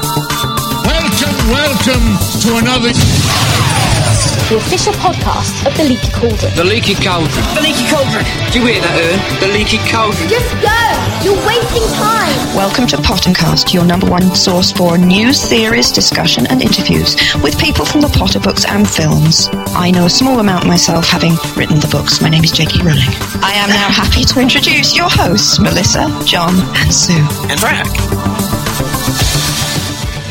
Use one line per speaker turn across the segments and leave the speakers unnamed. Welcome, welcome to another.
the official podcast of the Leaky Cauldron.
The leaky cauldron. The leaky cauldron. Do you hear that, Ern? The leaky cauldron.
Just go! You're wasting time!
Welcome to Pottercast, your number one source for news, theories, discussion, and interviews with people from the Potter books and films. I know a small amount myself, having written the books. My name is Jakey Rowling. I am now happy to introduce your hosts, Melissa, John, and Sue.
And Frack.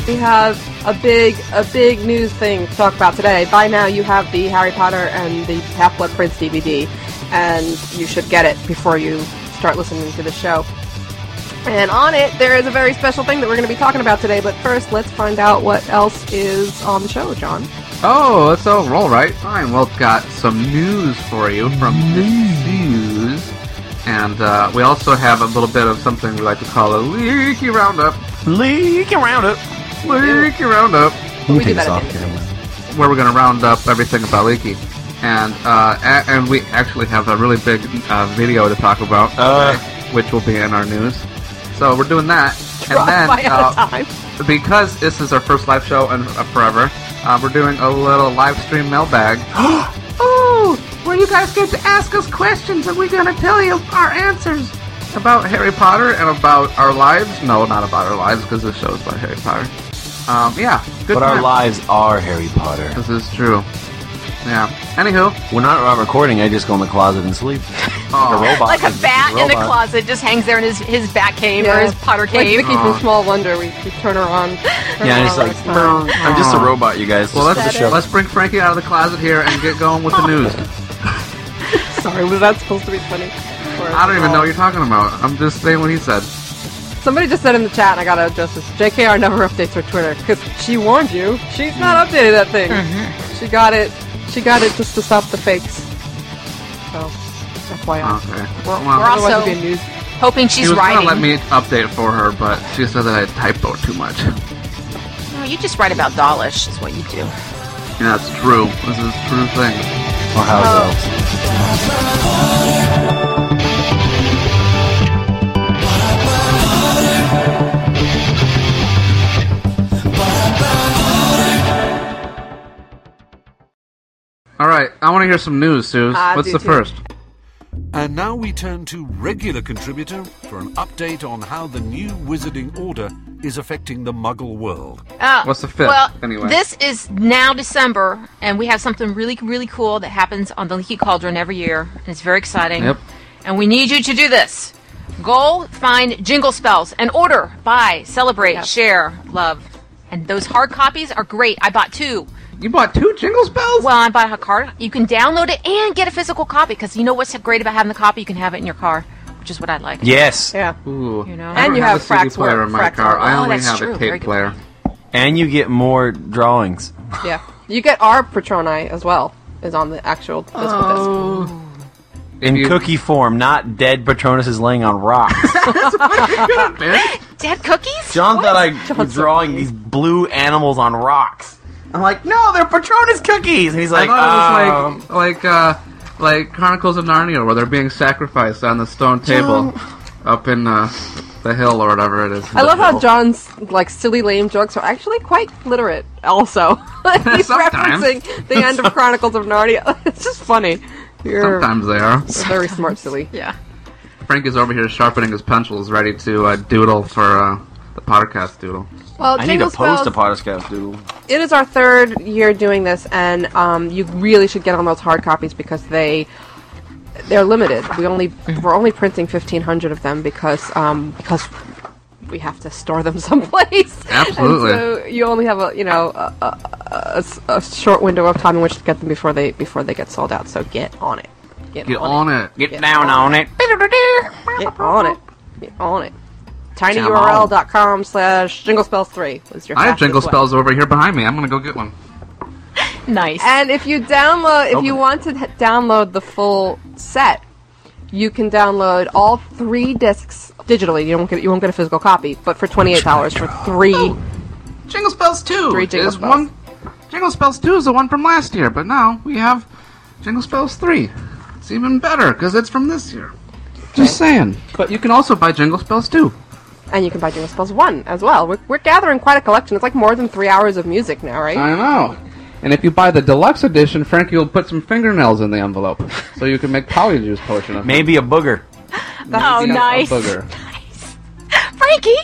We have a big, a big news thing to talk about today. By now, you have the Harry Potter and the Half-Blood Prince DVD, and you should get it before you start listening to the show. And on it, there is a very special thing that we're going to be talking about today. But first, let's find out what else is on the show, John.
Oh, that's all, all right. Fine. Well, got some news for you from this news, and uh, we also have a little bit of something we like to call a leaky roundup.
Leaky Roundup.
Leaky roundup,
We do that at the end of the
camera.
where we're going to round up everything about leaky, and uh, a- and we actually have a really big uh, video to talk about,
Uh.
which will be in our news. So we're doing that,
Try
and then
by
uh,
out of time.
because this is our first live show in uh, forever, uh, we're doing a little live stream mailbag. oh, where you guys get to ask us questions, and we're gonna tell you our answers about Harry Potter and about our lives. No, not about our lives, because this show is about Harry Potter. Um, yeah, good.
But our
time.
lives are Harry Potter.
This is true. Yeah. Anywho,
When I'm not recording, I just go in the closet and sleep.
Oh.
like a robot.
like a
Just
bat in the
robot.
closet just hangs there in his, his bat cave
Yeah.
or his potter
Like
cave.
Vicky from Small Wonder, we, we turn her on. turn
Yeah,
her
and it's
on last
like,
time.
I'm just a robot, you guys.
well
Well, that's
let's
the show.
let's bring Frankie out of the closet here and get going with the news.
sorry, was that supposed to be funny?
I don't even know what you're talking about. I'm just saying what he said.
Somebody just said in the chat, and I gotta adjust this. JKR never updates her Twitter because she warned you. She's not updated that thing. She got it. She got it just to stop the fakes. So, FYI,
Okay.
we're,
Well.
we're also
Also-
being news.
Hoping
She
she's
was
writing.
gonna let me update for her, but she said that I typoed too much.
No, you just write about Dawlish is what you do.
Yeah, that's true. This is a true thing.
Or
Oh.
how else?
All right, I want to hear some news, Sue.
I
What's
do
the
too.
first?
And now we turn to regular contributor for an update on how the new Wizarding Order is affecting the Muggle world.
Uh,
What's the fifth,
Well,
anyway?
this is now December, and we have something really, really cool that happens on the Leaky Cauldron every year, and it's very exciting.
Yep.
And we need you to do this. Go find jingle spells and order, buy, celebrate, share, love. And those hard copies are great. I bought two.
You bought two jingle spells?
Well, I bought a card. You can download it and get a physical copy because you know what's great about having the copy? You can have it in your car, which is what I like.
Yes.
Yeah,
Ooh.
you know.
I
And
don't
you have
have, a CD
Frack's
player
work,
in my
Frack's
car.
work.
I
Oh,
only
that's
have
true.
a
Very
tape
good
player.
And you get more drawings.
yeah. You get our Patroni as well. Is on the actual disc. disc.
In
you-
cookie form, not dead Patronus is laying on rocks.
Bitch.
Dead cookies?
John thought I was drawing these blue animals on rocks. I'm like, no, they're Patronus cookies. And he's
I
like,
thought it
um,
was like like uh, like Chronicles of Narnia, where they're being sacrificed on the stone table up in uh, the hill or whatever it is.
I love how John's like silly lame jokes are actually quite literate. Also, he's
Sometimes.
referencing the end of Chronicles of Narnia. it's just funny. You're
Sometimes they are.
a very smart, silly.
Yeah.
Frank is over here sharpening his pencils, ready to uh, doodle for uh, the podcast doodle.
Well,
I need to
jingle
post a
spells-
Potter Scout doodle.
it is our third year doing this, and um, you really should get on those hard copies because they they're limited. We only
Mm-hmm.
we're only printing fifteen hundred of them because um, because we have to store them someplace. And
Absolutely.
so you only have a you know a, a, a- a s- a short window of time in which to get them before they before they get sold out. So get on it.
Get on it.
Get down on it.
Get on it. Get on it.
Come
tinyurl.com slash jingle spells three was your
I have
fastest
jingle
way.
spells over here behind me. I'm gonna go get one.
Nice.
And if you download, if
Open
you
it.
want to h- download the full set, you can download all three discs digitally. You won't get you won't get a physical copy, but for twenty eight dollars for three.
Jingle Spells 2
Three Jingle
is
Spells.
one. Jingle Spells 2 is the one from last year, but now we have Jingle Spells 3. It's even better because it's from this year. Just saying. But you can also buy jingle spells too.
And you can buy Jingle Spells 1 as well. We're, we're gathering quite a collection. It's like more than three hours of music now, right?
I know. And if you buy the deluxe edition, Frankie will put some fingernails in the envelope, so you can make polyjuice potion of it.
Maybe a booger.
Oh,
Maybe a
nice.
booger.
Frankie!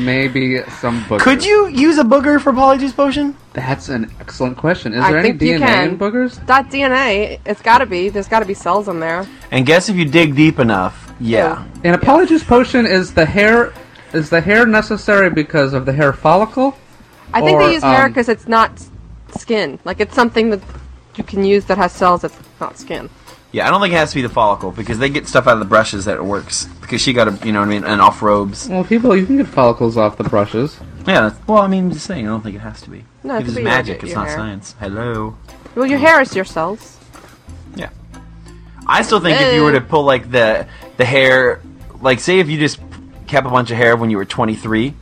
Maybe some booger.
Could you use a booger for polyjuice potion?
That's an excellent question. Is
I
there any
think you
DNA
can.
in boogers?
Dot DNA, it's gotta be. There's gotta be cells in there.
And guess if you dig deep enough. Yeah.
And a polyjuice potion is the hair is the hair necessary because of the hair follicle?
I think
Or,
they use hair
um,
because it's not s- skin. Like, it's something that you can use that has cells that's not skin.
Yeah, I don't think it has to be the follicle because they get stuff out of the brushes that it works. Because she got a, you know what I mean, and off robes.
Well, people, you can get follicles off the brushes.
Yeah. that's- Well, I mean, I'm just saying, I don't think it has to be.
No, it
If
could
it's
be
magic.
your-
It's
your
not
hair.
science. Hello.
Well,
Hmm.
your hair is your cells.
Yeah. I still think if you were to pull like the the hair, like say if you just kept a bunch of hair when you were 23,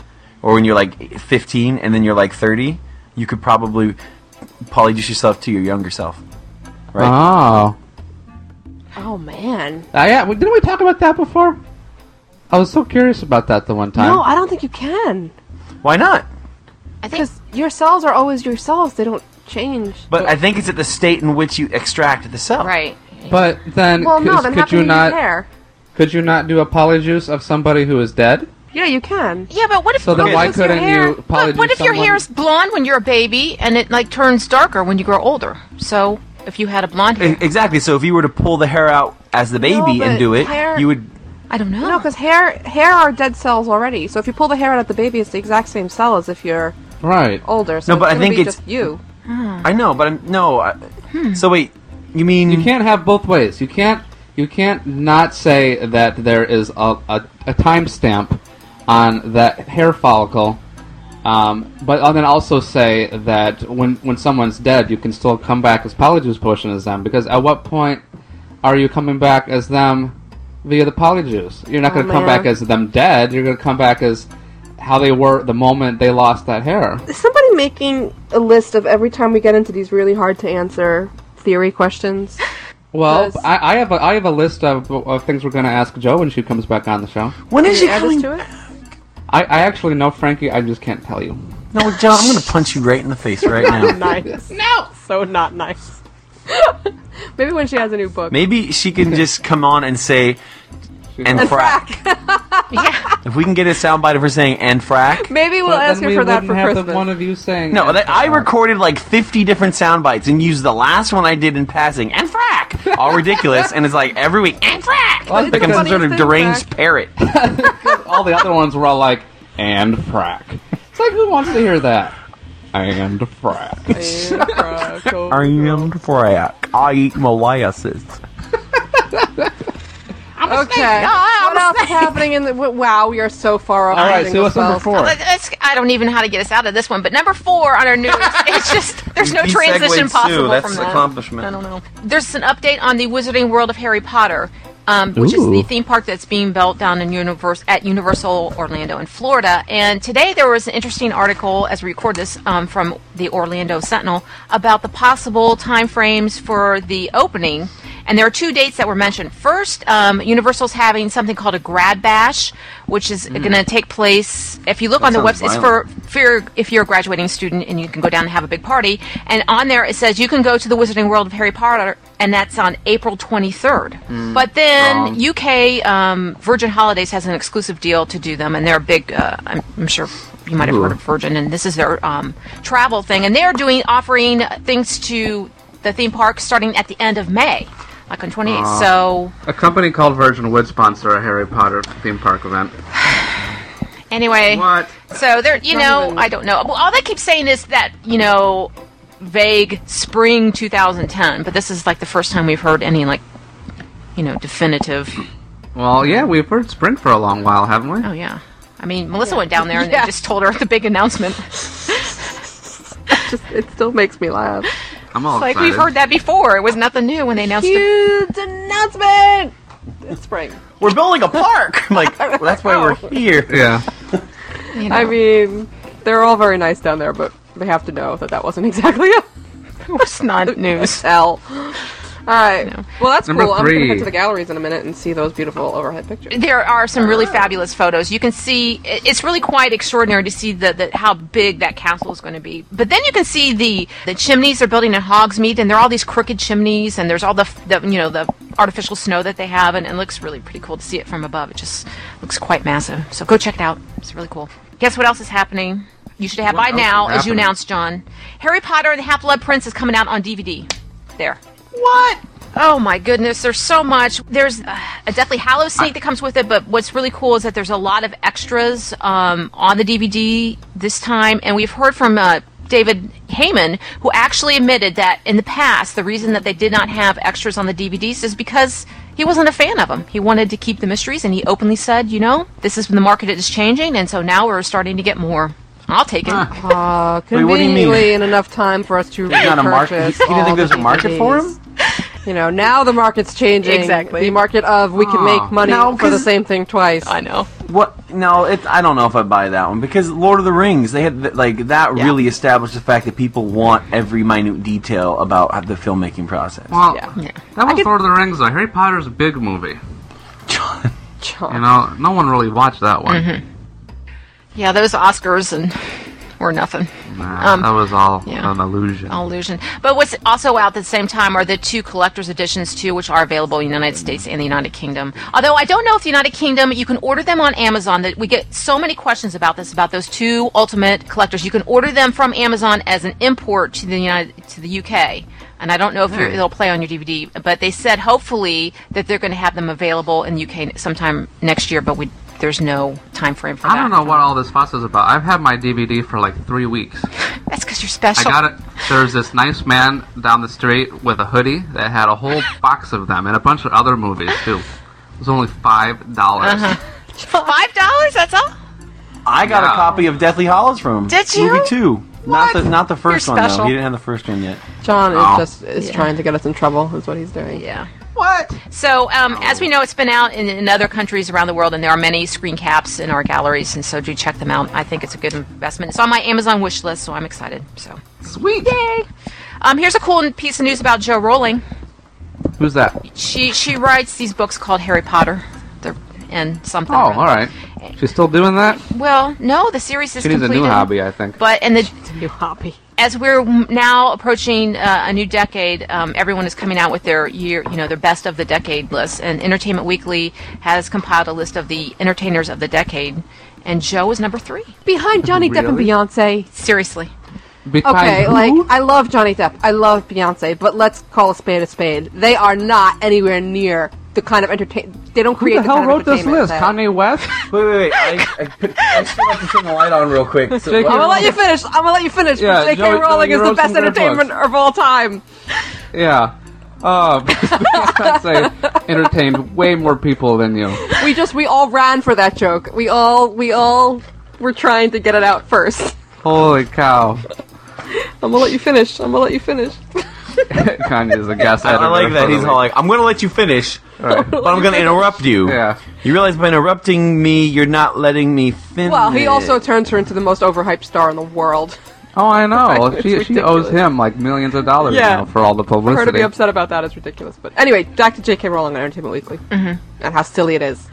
or when you're like 15, and then you're like 30, you could probably polyjuice yourself to your younger self. Right.
Oh.
Oh, man.
Uh, yeah, we- didn't we talk about that before? I was so curious about that the one time.
No, I don't think you can.
Why not?
I think
Because your cells are always your cells. They don't change.
But I think it's at the state in which you extract the cell.
right.
but then,
Well,
could,
no, then how
could
can
you
you
not?
use hair?
Could you not do a polyjuice of somebody who is dead?
Yeah, you can.
Yeah, but what if
So then
what
why
if your
couldn't
hair-
you
But
polyjuice
what if your
someone-
hair is blonde when you're a baby and it like turns darker when you grow older? So if you had a blonde
E-
hair,
Exactly. So if you were to pull the hair out as the baby
but
and do it,
hair-
you would.
I don't know.
No, because hair hair are dead cells already. So if you pull the hair out of the baby, it's the exact same cell as if you're
Right.
older. So
No, but
it's
I
gonna
think
be
it's-
just you. Hmm.
I know, but I'm, no. I, So wait, you mean
Hmm.
You can't have both ways. You can't. You can't not say that there is a a, a timestamp on that hair follicle, um, but and then also say that when when someone's dead, you can still come back as polyjuice potion as them. Because at what point are you coming back as them via the polyjuice? You're not going
Oh,
to come back
man.
as them dead. You're going to come back as how they were the moment they lost that hair.
Is somebody making a list of every time we get into these really hard to answer theory questions?
Well,
Does-
I, I have a, I have a list of, of things we're going to ask Joe when she comes back on the show.
when is she
Add us
coming?
to it?
I, I actually know Frankie. I just can't tell you.
No, John, I'm gonna punch you right in the face right now.
Nice. no, so not nice. Maybe when she has a new book.
Maybe she can just come on and say, and frack. If we can get a soundbite of her saying and frack.
Maybe we'll ask her for that for
have
Christmas.
The one of you saying
No, that, I recorded like 50 different sound bites and used the last one I did in passing and frack. All ridiculous, and it's like every week and frack.
Well, that's
like I'm some
because-
sort of
Funniest thing,
deranged
frack.
parrot.
all the other ones were all like and frack. It's like who wants to hear that? And frack. uh,
I am frack. I eat molasses.
okay. what else is happening in the? w- Wow, we are so far off.
all
on
right, so
Jingle
what's number
Spells.
four?
But that's- I don't even know how to get us out of this one. But number four on our news, it's just there's no
He
transition
segued
possible
Sue. That's
from
an
that.
accomplishment.
I don't know. There's an update on the Wizarding World of Harry Potter, um, which is
Ooh.
the theme park that's being built down in universe at Universal Orlando in Florida. And today there was an interesting article as we record this um, from the Orlando Sentinel about the possible timeframes for the opening. And there are two dates that were mentioned. First, um, Universal's having something called a grad bash, which is going to take place. If you look on the
Hmm. sounds
website, it's
violent.
for for if you're a graduating student and you can go down and have a big party. And on there it says you can go to the Wizarding World of Harry Potter, and that's on April 23rd. but then
wrong.
UK um, Virgin Holidays has an exclusive deal to do them, and they're a big. Uh, I'm, I'm sure you might have heard of Virgin, and this is their um, travel thing, and they're doing offering things to the theme park starting at the end of May, like on 28th. So
A company called Virgin would sponsor a Harry Potter theme park event.
anyway,
What?
So there, you know, I don't know. Well, all they keep saying is that you know, vague spring 2010. But this is like the first time we've heard any like, you know, definitive.
Well, yeah, we've heard spring for a long while, haven't we?
Oh yeah. I mean, Melissa went down there and they just told her the big announcement.
Just, it still makes me laugh.
I'm all
like
excited.
we've heard that before. It was nothing new when they announced it.
Huge announcement! It's spring.
We're building a park. like well, that's why we're here.
Yeah.
I mean, they're all very nice down there, but they have to know that that wasn't exactly a
It was not news.
L. All right.
No.
Well, that's
Number
cool. I'm going to
three.
head to the galleries in a minute and see those beautiful overhead pictures.
There are some
Ah.
really fabulous photos. You can see i- it's really quite extraordinary to see the, the how big that castle is going to be. But then you can see the the chimneys they're building in Hogsmeade, and there are all these crooked chimneys, and there's all the, f- the you know the artificial snow that they have, and it looks really pretty cool to see it from above. It just looks quite massive. So go check it out. It's really cool. Guess what else is happening? You should have
What
by
else
now,
is
as you
happening?
announced, John. Harry Potter and the Half Blood Prince is coming out on DVD. There.
What?
Oh my goodness, there's so much. There's uh, a Deathly Hallows sneak that comes with it, but what's really cool is that there's a lot of extras um, on the DVD this time, and we've heard from uh, David Heyman, who actually admitted that in the past, the reason that they did not have extras on the DVDs is because he wasn't a fan of them. He wanted to keep the mysteries, and he openly said, you know, this is when the market is changing, and so now we're starting to get more. I'll take it.
Uh,
Wait, what do you mean?
conveniently, in enough time for us to
There's not a market. You
repurchase
didn't
all
think there's
the
a market for
DVDs.
him?
You know, now the market's changing.
Exactly.
The market of we
Ah.
can make money
No,
for the
'cause-
same thing twice.
I know.
What? No, it, I don't know if I buy that one because Lord of the Rings. They had th- like that really established the fact that people want every minute detail about the filmmaking process.
Well,
Yeah.
that was Lord of the Rings, though. Harry Potter's a big movie. You
John.
know, no one really watched that one.
Yeah, those Oscars and were nothing.
Nah,
Um,
that was all
yeah.
an illusion.
All illusion. But what's also out at the same time are the two collector's editions too, which are available in the United States and the United Kingdom. Although I don't know if the United Kingdom, you can order them on Amazon. That we get so many questions about this, about those two ultimate collectors. You can order them from Amazon as an import to the United to the UK. And I don't know if you're,
Hmm.
they'll play on your DVD, but they said hopefully that they're going to have them available in UK sometime next year. But we there's no time frame for that.
I don't know what all this fuss is about. I've had my DVD for like three weeks.
That's because you're
I
special.
got it. There's this nice man down the street with a hoodie that had a whole box of them and a bunch of other movies too. It was only five dollars.
Five dollars? That's all.
I got
Yeah.
a copy of Deathly Hollows from him.
Did you?
Movie two. Not the not the 1st one though.
special.
He didn't have the first one yet.
John is
Ah.
Oh.
just is trying to get us in trouble. Is what he's doing.
Yeah.
What?
So, um, as we know, it's been out in, in other countries around the world, and there are many screen caps in our galleries, and so do check them out. I think it's a good investment. It's on my Amazon wish list, so I'm excited. So,
Sweet.
yay! Um, here's a cool piece of news about Jo Rowling.
Who's that?
She she writes these books called Harry Potter, the, and something.
Oh, all right. She's still doing that.
Well, no, the series is
She needs a
completed.
new hobby, I think.
But and the
New hobby.
as we're m- now approaching uh, a new decade, um, everyone is coming out with their year, you know, their best of the decade list. And Entertainment Weekly has compiled a list of the entertainers of the decade, and Joe is number three.
Behind Johnny Depp and
Really?
Beyonce.
Seriously,
Okay, like I love Johnny Depp, I love Beyonce, but let's call a spade a spade. They are not anywhere near the kind of entertain. They don't
who
create
the hell
kind of
wrote this
entertainment
list?
that-
Kanye West?
Wait, wait, wait. I, I, put, I still have to turn the light on real quick. So,
I'm gonna
J.K.
let you finish. I'm gonna let you finish.
Yeah,
J.K.
Joey-
Rowling
Joey
is the
wrote
best
some great
entertainment of all time.
yeah. Uh, Beyonce entertained way more people than you.
We just we all ran for that joke. We all we all were trying to get it out first.
Holy cow.
I'm gonna let you finish. I'm gonna let you finish.
Kanye's a guest
I,
editor.
I like
for the
that. He's
week.
all like, I'm going to let you finish, but I'm going to interrupt you.
Yeah.
You realize by interrupting me, you're not letting me finish.
Well, he also turns her into the most overhyped star in the world.
Oh, I know.
It's
she she owes
ridiculous.
him like millions of dollars
Yeah.
now for all the
For her to
publicity.
be upset about that is ridiculous. But anyway, back to J.K. Rowling on Entertainment Weekly
Mm-hmm.
and how silly it is.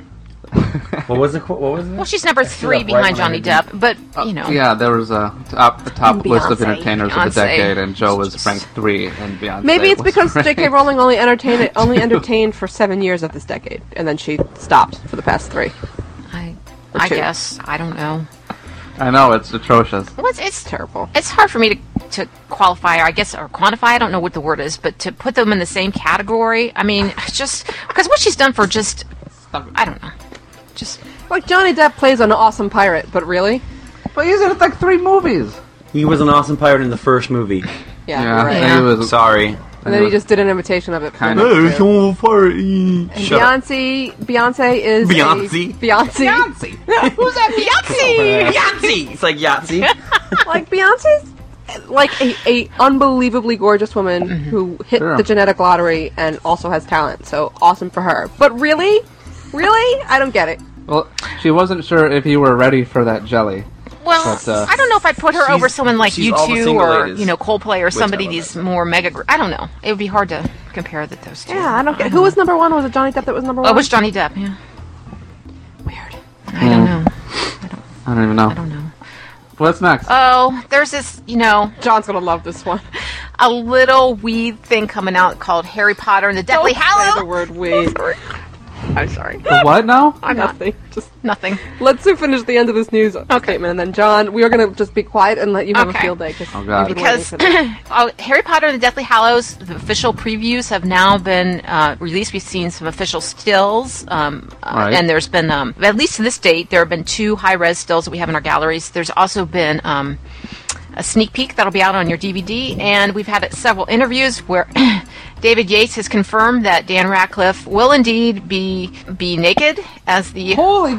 What was it? What was
well,
it?
she's number three
right
behind
behind
Johnny
you.
Depp, but you know,
Uh, Yeah, there was a top the top list of entertainers of the
Beyonce.
decade, and Joe was ranked three, and Beyonce.
Maybe it's
was
because
ranked-
J.K. Rowling only entertained only entertained for seven years of this decade, and then she stopped for the past three.
I, I
two.
guess I don't know.
I know it's atrocious.
Well, it's it's
Terrible.
it's hard for me to to qualify or I guess or quantify I don't know what the word is but to put them in the same category I mean just because what she's done for just I don't know just
Like Johnny Depp plays an awesome pirate, but really,
But he's in like three movies.
He was an awesome pirate in the first movie.
yeah,
Yeah,
right.
and he was
Sorry.
And then he just did an imitation of it.
Kind of.
Hey, someone pirate. Shut up.
Beyonce, Beyonce is a-
Beyonce?
Beyonce,
who's that Beyonce
Yahtzee! It's like Yahtzee.
like Beyonce's like a, a unbelievably gorgeous woman
Mm-hmm.
who hit
Sure.
the genetic lottery and also has talent. So awesome for her. But really, really, I don't get it.
Well, she wasn't sure if you were ready for that jelly.
Well,
But, uh,
I don't know if I'd put her over
she's-
someone like
she's
you
all the
two
single
or
ladies
you know Coldplay or somebody
love
these more mega. Gr- I don't know. It would be hard to compare the, those two.
Yeah, I don't get who was number one. Was it Johnny Depp that was number one?
Oh, it was Johnny Depp. Yeah. Weird. I
Hmm.
don't know.
I don't even
I
know.
don't know.
What's next?
Oh, there's this you know
John's gonna love this one.
a little weed thing coming out called Harry Potter and the Deathly
Say the
Hallows.
word weed.
I'm sorry.
The what now?
Nothing. Just
Nothing.
let's do finish the end of this news statement, and then John, we are gonna just be quiet and let you have
Okay.
a field day
Oh, God.
because uh, Harry Potter and the Deathly Hallows, the official previews have now been uh, released. We've seen some official stills, um, uh,
Right.
and there's been, um, at least to this date, there have been two high res stills that we have in our galleries. There's also been um, a sneak peek that'll be out on your DVD, and we've had several interviews where. David Yates has confirmed that Dan Ratcliffe will indeed be be naked as the
Holy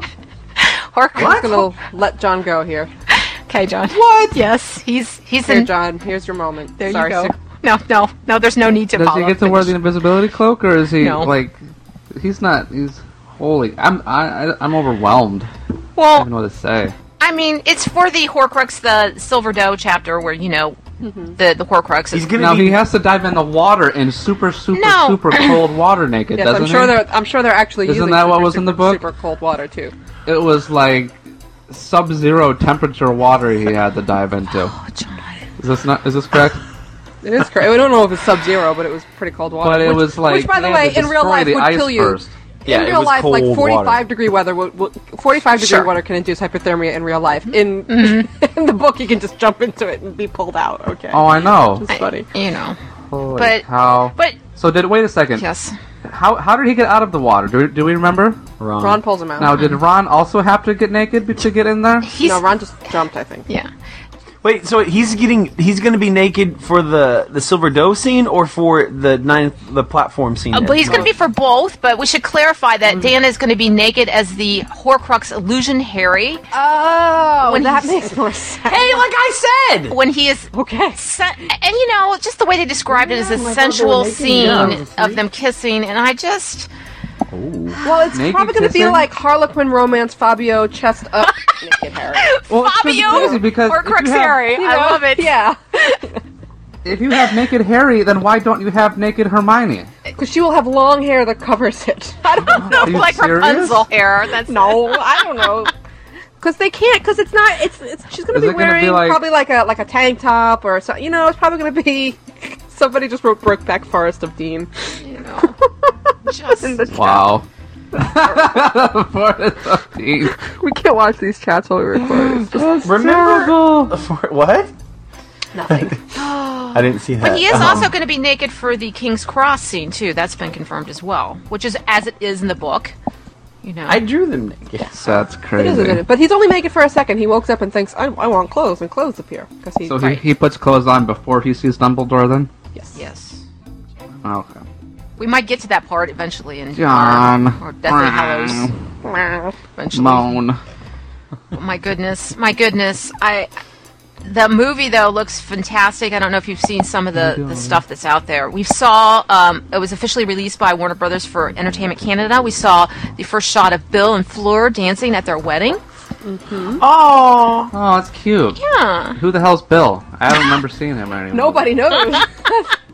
I'm just
Horcrux.
gonna let John go here.
Okay, John. What? Yes, he's he's
Here,
in.
John. Here's your moment.
There
Sorry,
you go.
Sue.
No, no, no. There's no need to.
Does he
follow
get to
up.
wear the invisibility cloak, or is he
No.
like? He's not. He's holy. I'm. I. I- I'm overwhelmed. I don't even know
Well,
what to say.
I mean, it's for the Horcrux, the Silver Doe chapter, where you know the the Horcrux
He's
is.
gonna
Now
be.
he has to dive in the water in super, super,
No.
super cold water naked,
Yes,
doesn't
I'm sure
he?
they're. I'm sure they're actually
Isn't
using
that
super,
what was in the
super,
book?
Super cold water too.
It was like sub-zero temperature water he had to dive into.
Oh, John.
Is this not? Is this correct?
It is crazy. I don't know if it's sub zero, but it was pretty cold water.
But it
Which-
was like
which, by the
they had
way,
to
in real
destroy
life
the
would
ice
kill you.
first.
yeah,
in
it
real
was
life,
cold
like 45
water.
degree weather, will, will, 45 degree
Sure.
water can induce hypothermia in real life. In in the book, you can just jump into it and be pulled out. Okay,
Oh, I know.
it's funny.
You know,
Holy
but-
cow.
but
so did wait a second.
yes,
How how did he get out of the water? Do we, do we remember?
Wrong.
Ron pulls him out.
Now did Ron also have to get naked be- to get in there?
he's
no, Ron just jumped. I think.
yeah.
Wait, so he's getting he's gonna be naked for the the silver doe scene or for the ninth the platform scene?
Uh, but he's going to be for both. But we should clarify that Dan is going to be naked as the Horcrux illusion Harry
Oh,
When
that
he's-
makes more sense.
hey, like I said.
when he is
Okay.
sen- and you know, just the way they described it is a
my God,
sensual
they were making-
scene
Yeah.
of them kissing, and I just
Well, it's
Naked
probably going to be
kissing?
like Harlequin romance, Fabio chest up, naked hair.
Well, it's pretty
Fabio
crazy because if you
Horcrux
have-
Harry.
You
I
know?
love it.
Yeah,
If you have naked Harry, then why don't you have naked Hermione?
because she will have long hair that covers it. I don't know.
Are you
like
serious?
Rapunzel hair. That's
No, I don't know. Because they can't. Because it's not. It's. it's she's gonna
Is
be
it gonna be
wearing
like-
probably like a like a tank top or so. You know, it's probably gonna be. Somebody just wrote Brokeback Forest of Dean.
you know, just
In the chat.
Wow. Forest of Dean.
We can't watch these chats while we record. It's
Oh,
just
Remember what?
nothing.
I didn't see that.
But he is
Um,
Uh-huh.
also going to be naked for the King's Cross scene too. That's been confirmed as well, which is as it is in the book. You know,
I drew them naked.
That's
It is a
crazy.
good- but he's only naked for a second. He wakes up and thinks, "I, I want clothes," and clothes appear because he.
So he, he puts clothes on before he sees Dumbledore then?
yes.
yes,
Okay.
we might get to that part eventually in uh,
John.
or, or Deathly Hallows eventually.
Moan.
My goodness, my goodness, I. The movie though looks fantastic. I don't know if you've seen some of the, the stuff that's out there. We saw um, it was officially released by Warner Brothers for Entertainment Canada. We saw the first shot of Bill and Fleur dancing at their wedding.
Mm-hmm.
Oh,
Oh, that's cute.
Yeah.
Who the hell's Bill? I don't remember seeing him anymore.
Nobody knows.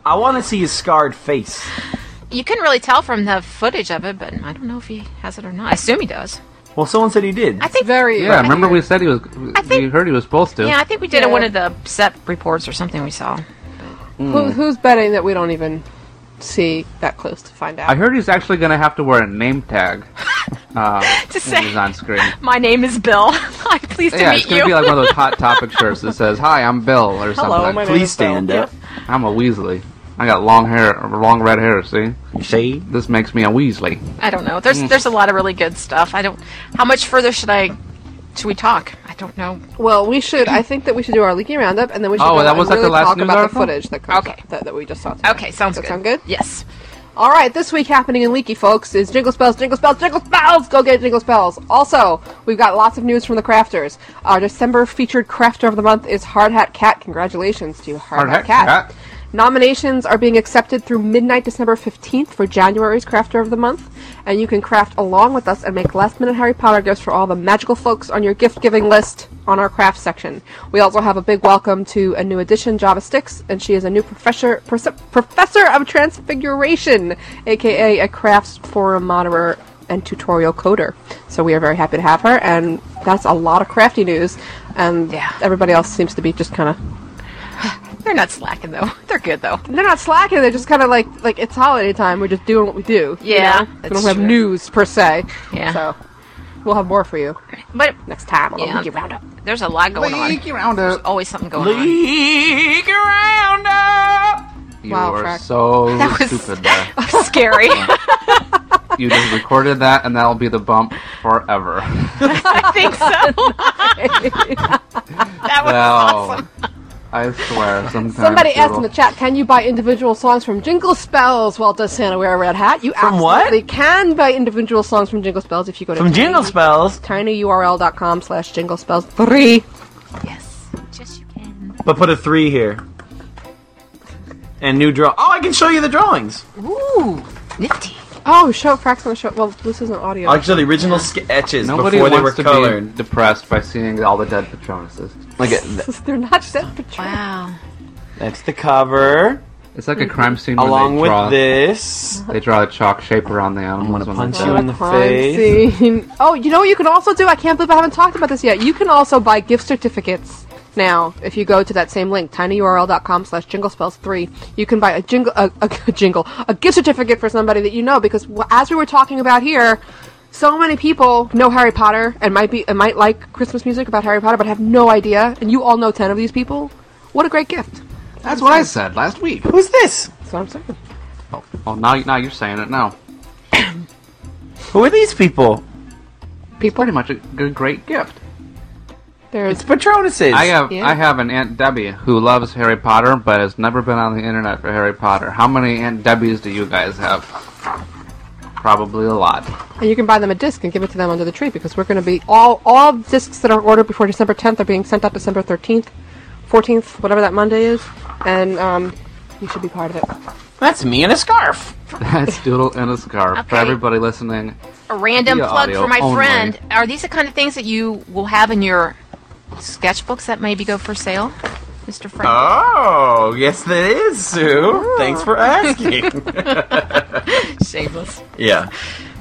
I want to see his scarred face.
You couldn't really tell from the footage of it, but I don't know if he has it or not. I assume he does.
Well, someone said he did.
I think.
Very.
Yeah, remember we said he was. we
think-
heard he was supposed to.
Yeah, I think we did
Yeah.
in one of the set reports or something we saw.
Who, who's betting that we don't even see that close to find out?
I heard he's actually going to have to wear a name tag uh,
To
when he's
say,
on screen.
my name is Bill. I'm pleased to
yeah, it's
meet
going
you.
to be like one of those Hot Topic shirts that says, Hi, I'm Bill,
Hello,
or something.
my name
Please
is Bill.
stand
Yeah.
up.
I'm a Weasley. I got long hair, long red hair, see?
Say
This makes me a Weasley.
I don't know. There's there's a lot of really good stuff. I don't. How much further should I? Should we talk? I don't know.
Well, we should. I think that we should do our leaky roundup, and then we should
Oh,
go
that
and
was, like,
really
the last
talk
news
about
article?
the footage that comes
Okay.
that, that we just saw. Today.
Okay, sounds
Does that
good.
Sound good?
Yes.
All right. This week happening in leaky, folks, is jingle spells, jingle spells, jingle spells. Go get jingle spells. Also, we've got lots of news from the crafters. Our December featured crafter of the month is Hard Hat Cat. Congratulations to you, Hard,
Hard Hat
Hat Cat.
Cat.
Nominations are being accepted through midnight December 15th for January's Crafter of the Month, and you can craft along with us and make last minute Harry Potter gifts for all the magical folks on your gift giving list on our craft section. We also have a big welcome to a new addition, Java Sticks, and she is a new professor pers- professor of transfiguration, aka a crafts forum moderator and tutorial coder. So we are very happy to have her, and that's a lot of crafty news. And
Yeah.
everybody else seems to be just kind of
They're not slacking though. They're good though.
they're not slacking. They're just kind of like like it's holiday time. We're just doing what we do. you
Yeah,
know? we
that's
don't have
true.
news per se.
Yeah.
so we'll have more for you
But
next time on
Yeah.
the Wiki Roundup.
there's a lot going on.
Leaky Roundup.
There's always something going on.
Leak Roundup!
You
Wow,
were
Trek.
so
That was-
stupid there.
That was scary.
You just recorded that, and that'll be the bump forever.
I think so. that was
Wow. I swear, sometimes.
Somebody
it
asked
will-
in the chat, can you buy individual songs from Jingle Spells while does Santa wear a red hat? You
From what?
absolutely can buy individual songs from Jingle Spells if you go to
From Jingle Spells,
tinyurl.com slash jingle spells 3.
Yes. Yes, you can.
but put a three here. And new draw. Oh, I can show you the drawings.
Ooh, nifty.
Oh, show Frax on the show. Well, this isn't audio.
I'll show the original sketches
Nobody
before they were
wants to
colored.
be depressed by seeing all the dead Patronuses. Like it,
They're not set for tra-
Wow.
That's the cover,
it's like a crime scene. Where
along
they
with
draw,
this.
they draw a chalk shape around the animals.
gonna
when
punch
they're
you
dead.
in the
crime
face.
scene. Oh, you know what you can also do? I can't believe I haven't talked about this yet. You can also buy gift certificates. Now, if you go to that same link, tinyurl.com slash jinglespells3, you can buy a jingle, a, a, a jingle, a gift certificate for somebody that you know, because wh- as we were talking about here, so many people know Harry Potter and might be and might like Christmas music about Harry Potter, but have no idea. And you all know ten of these people. What a great gift!
That's what I said last week.
Who's this?
That's what I'm saying.
Oh, oh, now, now you're saying it now.
Who are these people?
Pretty much a good, great gift.
There's
It's Patronuses.
I have
Yeah.
I have an Aunt Debbie who loves Harry Potter but has never been on the internet for Harry Potter. How many Aunt Debbies do you guys have? Probably a lot.
And you can buy them a disc and give it to them under the tree because we're going to be all all discs that are ordered before December 10th are being sent out December 13th, 14th, whatever that Monday is, and um, you should be part of it.
That's me in a scarf.
That's Doodle in a Scarf. For
Okay.
everybody listening,
A random
Via
plug
audio
for my
only.
friend. Are these the kind of things that you will have in your sketchbooks that maybe go for sale, Mr. Frank?
Oh, yes, that is
Oh.
Sue. Thanks for asking.
Shameless.
yeah.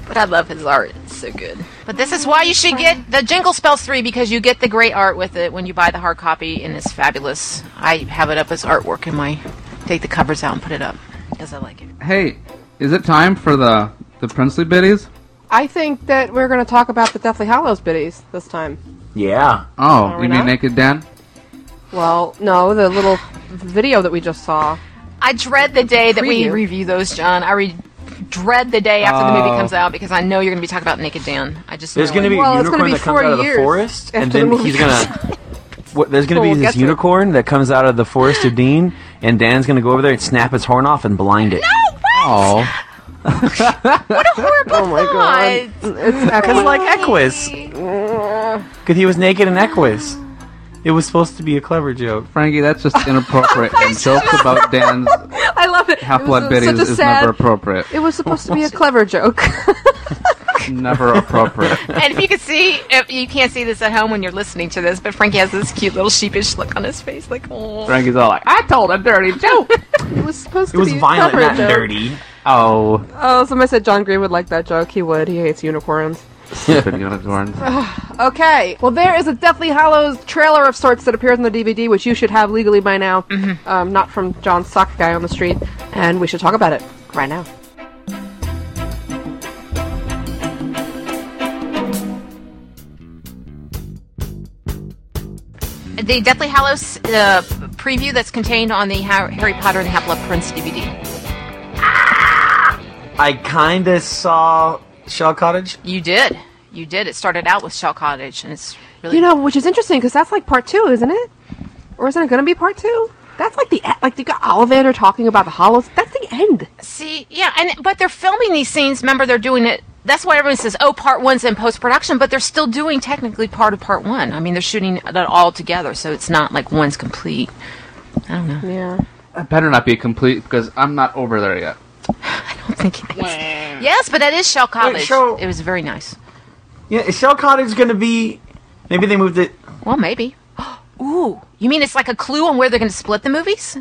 But I love his art. It's so good. But this is why you should get the Jingle Spells 3 because you get the great art with it when you buy the hard copy, and it's fabulous. I have it up as artwork in my. Take the covers out and put it up because I like it.
hey, is it time for the the princely biddies?
I think that we're going to talk about the Deathly Hollows biddies this time.
Yeah.
Oh,
we
you mean
not?
Naked Dan?
Well, no, the little video that we just saw.
I dread the day that we
Preview.
review those, John. I re- dread the day after the movie
Oh.
comes out because I know you're going to be talking about Naked Dan. I just
There's
know
going to
it.
be
Well,
a
it's gonna
unicorn
be
that comes
four
out of the
years
forest, and
after the
then
movie
he's going to. What, there's going to
Well,
be
we'll get
this
to it.
unicorn that comes out of the forest of Dean, and Dan's going to go over there and snap its horn off and blind it.
No, what?
Oh,
Oh my
God.
It's actually
Because like Equus, because he was naked in Equus. It was supposed to be a clever joke.
Frankie, that's just inappropriate. and jokes about Dan's
I love it.
half
it was
blood
a-
biddies
such a
is never
sad.
appropriate.
It was supposed to be a clever joke.
never appropriate.
And if you could see, if you can't see this at home when you're listening to this, but Frankie has this cute little sheepish look on his face, like, oh.
Frankie's all like, I told a dirty joke.
it was supposed
It
to
was
be a
violent,
clever
not
joke.
dirty.
oh,
Oh, somebody said John Green would like that joke. He would. He hates unicorns.
stupid unicorns.
Okay, well, there is a Deathly Hallows trailer of sorts that appears on the DVD, which you should have legally by now.
Mm-hmm.
Um, not from John Sock guy on the street, and we should talk about it right now.
The Deathly Hallows uh, preview that's contained on the Har- Harry Potter and the Half-Blood Prince DVD.
I kinda saw Shell Cottage.
You did. You did. It started out with Shell Cottage, and it's really
You know, which is interesting because that's like part two, isn't it? Or isn't it going to be part two? That's like the e- like you got Ollivander talking about the Hollows. That's the end.
See, yeah, and but they're filming these scenes. Remember, they're doing it. That's why everyone says, "Oh, part one's in post production," but they're still doing technically part of part one. I mean, they're shooting that all together, so it's not like one's complete. I don't know.
Yeah.
It better not be complete because I'm not over there yet.
I don't think it is. Yes, but that is Shell Cottage.
so-
it was very nice.
Yeah, is Shell Cottage gonna be? Maybe they moved it.
Well, maybe. Ooh, you mean it's like a clue on where they're going to split the movies?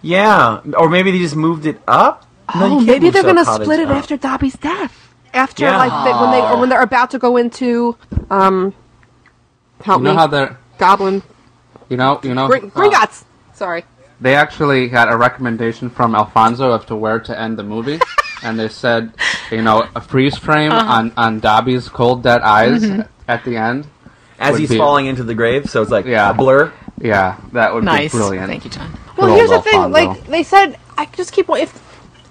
Yeah, or maybe they just moved it up. No, you
Oh,
can't
maybe
move
they're
Shell
gonna
Cottage
split it
up.
after Dobby's death. After
Yeah.
like they, when they or when they're about to go into um, help
You know
me,
how they're
Goblin
you know you know
Gring-
uh,
Gringotts. Sorry.
they actually had a recommendation from Alfonso as to where to end the movie, and they said, you know, a freeze frame
Uh-huh.
on on Dobby's cold dead eyes at the end.
Mm-hmm. as
would
he's
be-
falling into the grave. So it's like
Yeah.
a blur.
Yeah, that would
Nice.
be brilliant.
Thank you, John.
Good
Well,
old
here's the thing.
Alfonso.
Like they said, I just keep if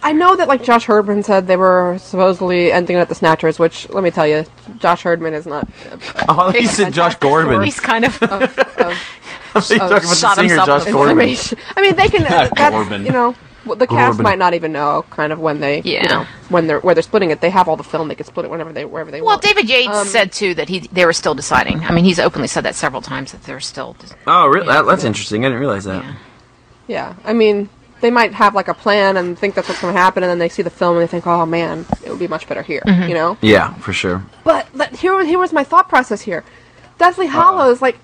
I know that like Josh Herdman said they were supposedly ending it at the Snatchers, which let me tell you, Josh Herdman is not
Oh, he said Josh Gorman.
He's kind of.
of
He's talking about the
shot
singer
himself
Josh
in the
Gorman.
information. I mean, they can. That's,
Gorman.
you know, well, the cast
Gorman.
might not even know kind of when they, you
Yeah.
know, when they're where they're splitting it. They have all the film; they can split it whenever they wherever they
well,
want.
David Yates said too that he they were still deciding. I mean, he's openly said that several times that they're still.
Oh, really? That, that's interesting. I didn't realize that.
yeah, I mean, they might have like a plan and think that's what's going to happen, and then they see the film and they think, oh man, it would be much better here,
Mm-hmm.
you know.
Yeah, for sure.
But but here was- here was my thought process here. Deathly Hollows, like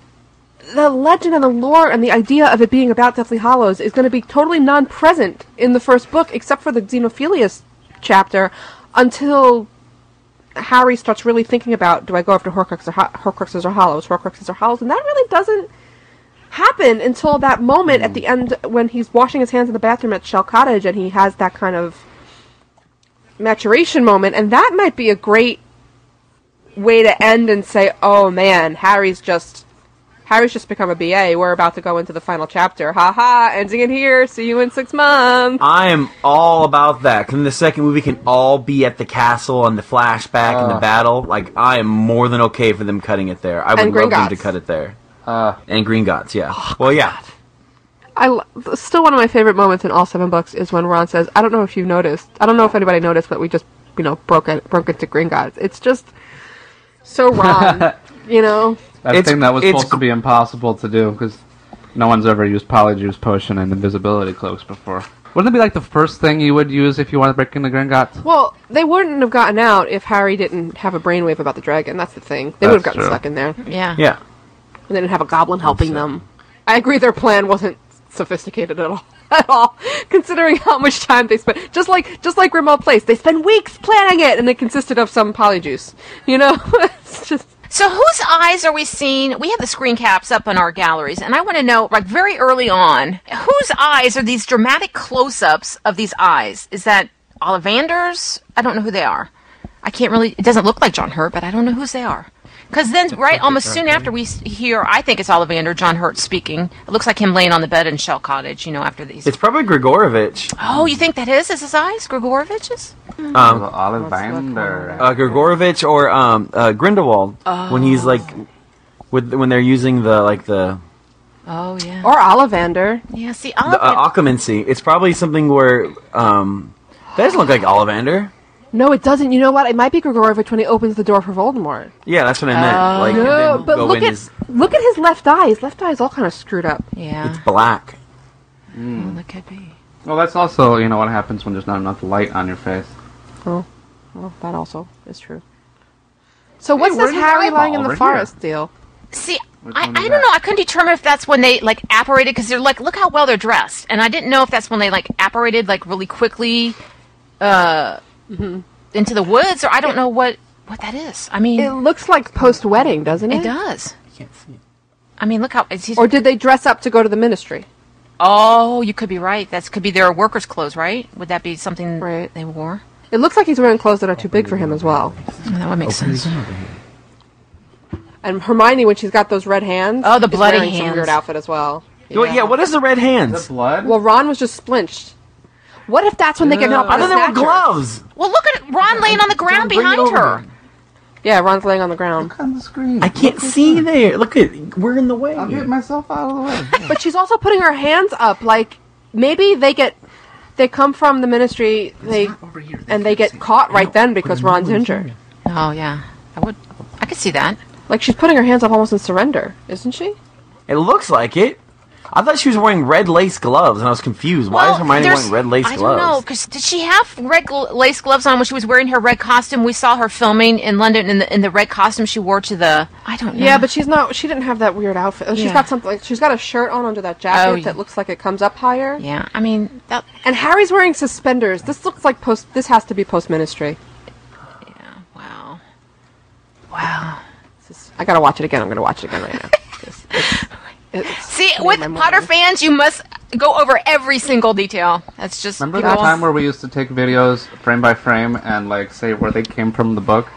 the legend and the lore and the idea of it being about Deathly Hollows is going to be totally non-present in the first book, except for the xenophilia s- chapter, until Harry starts really thinking about do I go after Horcruxes or, ho- Horcruxes or Hollows, Horcruxes or Hollows, and that really doesn't happen until that moment at the end when he's washing his hands in the bathroom at Shell Cottage and he has that kind of maturation moment, and that might be a great way to end and say, "Oh man, Harry's just." Harry's just become a BA. We're about to go into the final chapter. Ha ha! Ending it here. See you in six months.
I am all about that. 'Cause Then the second movie can all be at the castle and the flashback and the battle. Like I am more than okay for them cutting it there. I would
And
love them to
Gringotts. Oh,
cut it there.
Uh,
and Green Gods, yeah. well, yeah.
I lo- still one of my favorite moments in all seven books is when Ron says, "I don't know if you noticed. I don't know if anybody noticed, but we just, you know, broke it, broke into Gringotts." It's just so Ron, you know.
That
It's-
thing that was
it's
supposed to
gr-
be impossible to do because no one's ever used Polyjuice Potion and Invisibility Cloaks before. Wouldn't it be like the first thing you would use if you wanted to break into Gringotts?
Well, they wouldn't have gotten out if Harry didn't have a brainwave about the dragon. That's the thing. They would have
That's
gotten
true.
stuck in there.
Yeah.
Yeah.
and they didn't have a goblin helping them. I agree their plan wasn't sophisticated at all. At all, considering how much time they spent, just like just like remote place, they spend weeks planning it, and it consisted of some polyjuice. You know, it's just
So whose eyes are we seeing? We have the screen caps up in our galleries, and I want to know, like very early on, whose eyes are these dramatic close-ups of these eyes? Is that Ollivander's? I don't know who they are. I can't really. It doesn't look like John Hurt, but I don't know whose they are. Because then, right, almost soon after we s- hear, I think it's Ollivander, John Hurt speaking. It looks like him laying on the bed in Shell Cottage. You know, after these.
It's probably Grigorovich.
oh, you think that is? Is his eyes Grigorovich's?
Well, Ollivander.
Uh, Grigorovich or um, uh, Grindelwald when he's like with when they're using the like the
Oh yeah.
or Ollivander.
yeah. See,
the
Ollivander.
uh, Occlumency. It's probably something where um, that doesn't look like Ollivander.
No, it doesn't. You know what? It might be Grigorovich when he opens the door for Voldemort.
Yeah, that's what I meant. like
No,
they
but
go
look
in
at
as-
look at his left eye. His left eye is all kind of screwed up.
yeah.
it's black.
well, that could be.
Well, that's also, you know, what happens when there's not enough light on your face.
Oh, well, that also is true. So what's
where
this
did
Harry
the
lying in
eyeball?
the
Right here.
forest deal?
See,
one
I, I
is
don't
that?
know. I couldn't determine if that's when they like apparated because they're like, look how well they're dressed, and I didn't know if that's when they like apparated like really quickly uh,
Mm-hmm.
into the woods, or I don't know what what that is. I mean,
It
it,
looks like post wedding, doesn't it?
does. I mean, look how. It's, he's,
Or did they dress up to go to the ministry?
oh, you could be right. That could be their workers' clothes, right? Would that be something
Right.
they wore?
It looks like he's wearing clothes that are too big for him as well.
that
Oh,
would make sense.
And Hermione, when she's got those red hands,
Oh, the
is
bloody
wearing some
hands.
weird outfit as well.
Well, yeah, what is the red
The
hands?
blood?
Well, Ron was just splinched. What if that's when they get help?
I
by the
thought they
Snatchers?
were gloves.
Well, look at Ron laying on the ground
Bring it
behind
over
her.
here.
Yeah, Ron's laying on the ground,
on the screen.
I can't see there. Look at we're in the way.
I'll get myself out of the way.
but she's also putting her hands up. Like maybe they get, they come from the ministry, they and they get caught right then because Ron's injured.
Oh yeah, I would. I could see that.
Like she's putting her hands up almost in surrender, isn't she?
It looks like it. I thought she was wearing red lace gloves, and I was confused. Why is Hermione
there's-
wearing red lace
I
gloves?
don't know. Cause did she have red gl- lace gloves on when she was wearing her red costume? We saw her filming in London in the in the red costume she wore to the. I don't know.
Yeah, but she's not. She didn't have that weird outfit. She's
Yeah.
got something. She's got a shirt on under that
Oh,
jacket
yeah.
that looks like it comes up higher.
yeah. I mean, that,
And Harry's wearing suspenders. This looks like post. This has to be post ministry.
wow, wow.
I gotta watch it again. I'm gonna watch it again right now. It's- it's- it's
See,
made
with
my morning.
Potter fans, you must go over every single detail. That's just
Remember
people-
that time where we used to take videos frame by frame and like say where they came from the book?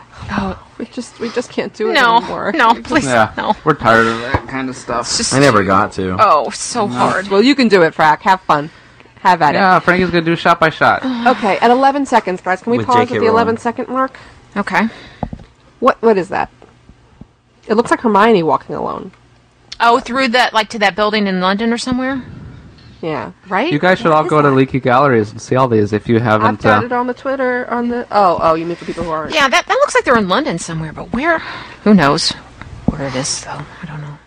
we just we just can't do it
no,
anymore.
no, please,
Yeah,
no.
we're tired of that kind of stuff.
Just,
I never got to.
Oh, so hard.
Well, you can do it, Frack. Have fun. Have at
Yeah, Frankie's gonna do shot by shot.
it. Okay, at 11 seconds, guys. Can we
With
pause
J.K.
at the
Rowling.
11 second mark?
Okay.
What what is that? It looks like Hermione walking alone.
Oh, through that, like to that building in London or somewhere.
Yeah, right.
You guys should all go to Leaky Galleries and see all these if you
I've
haven't.
got
Uh,
it on the Twitter on the. Oh oh, you mean for people who aren't.
Yeah, that that looks like they're in London somewhere, but where? Who knows where it is? Though I don't know.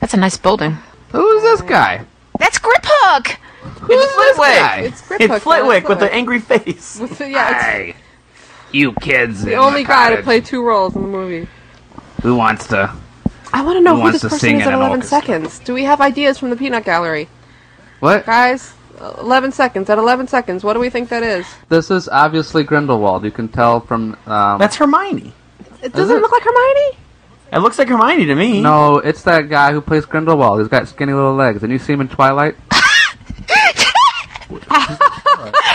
That's a nice building.
who's this guy?
That's Grip Hook.
Who's this
Flitwick!
guy?
It's Grip
It's
Hook,
Flitwick
that's
with
Flitwick.
the angry face.
So, yeah, it's
Hey, you kids.
the only guy to play two roles in the movie.
Who wants to?
I want to know
Who
who, this
wants to
person
sing
is
in
in
an
11
orchestra?
seconds. Do we have ideas from the peanut gallery?
What?
Guys, 11 seconds. At 11 seconds, what do we think that is?
This is obviously Grindelwald. You can tell from. Um,
That's Hermione.
It doesn't
it?
look like Hermione?
It looks like Hermione to me.
no, it's that guy who plays Grindelwald. He's got skinny little legs. And you see him in Twilight?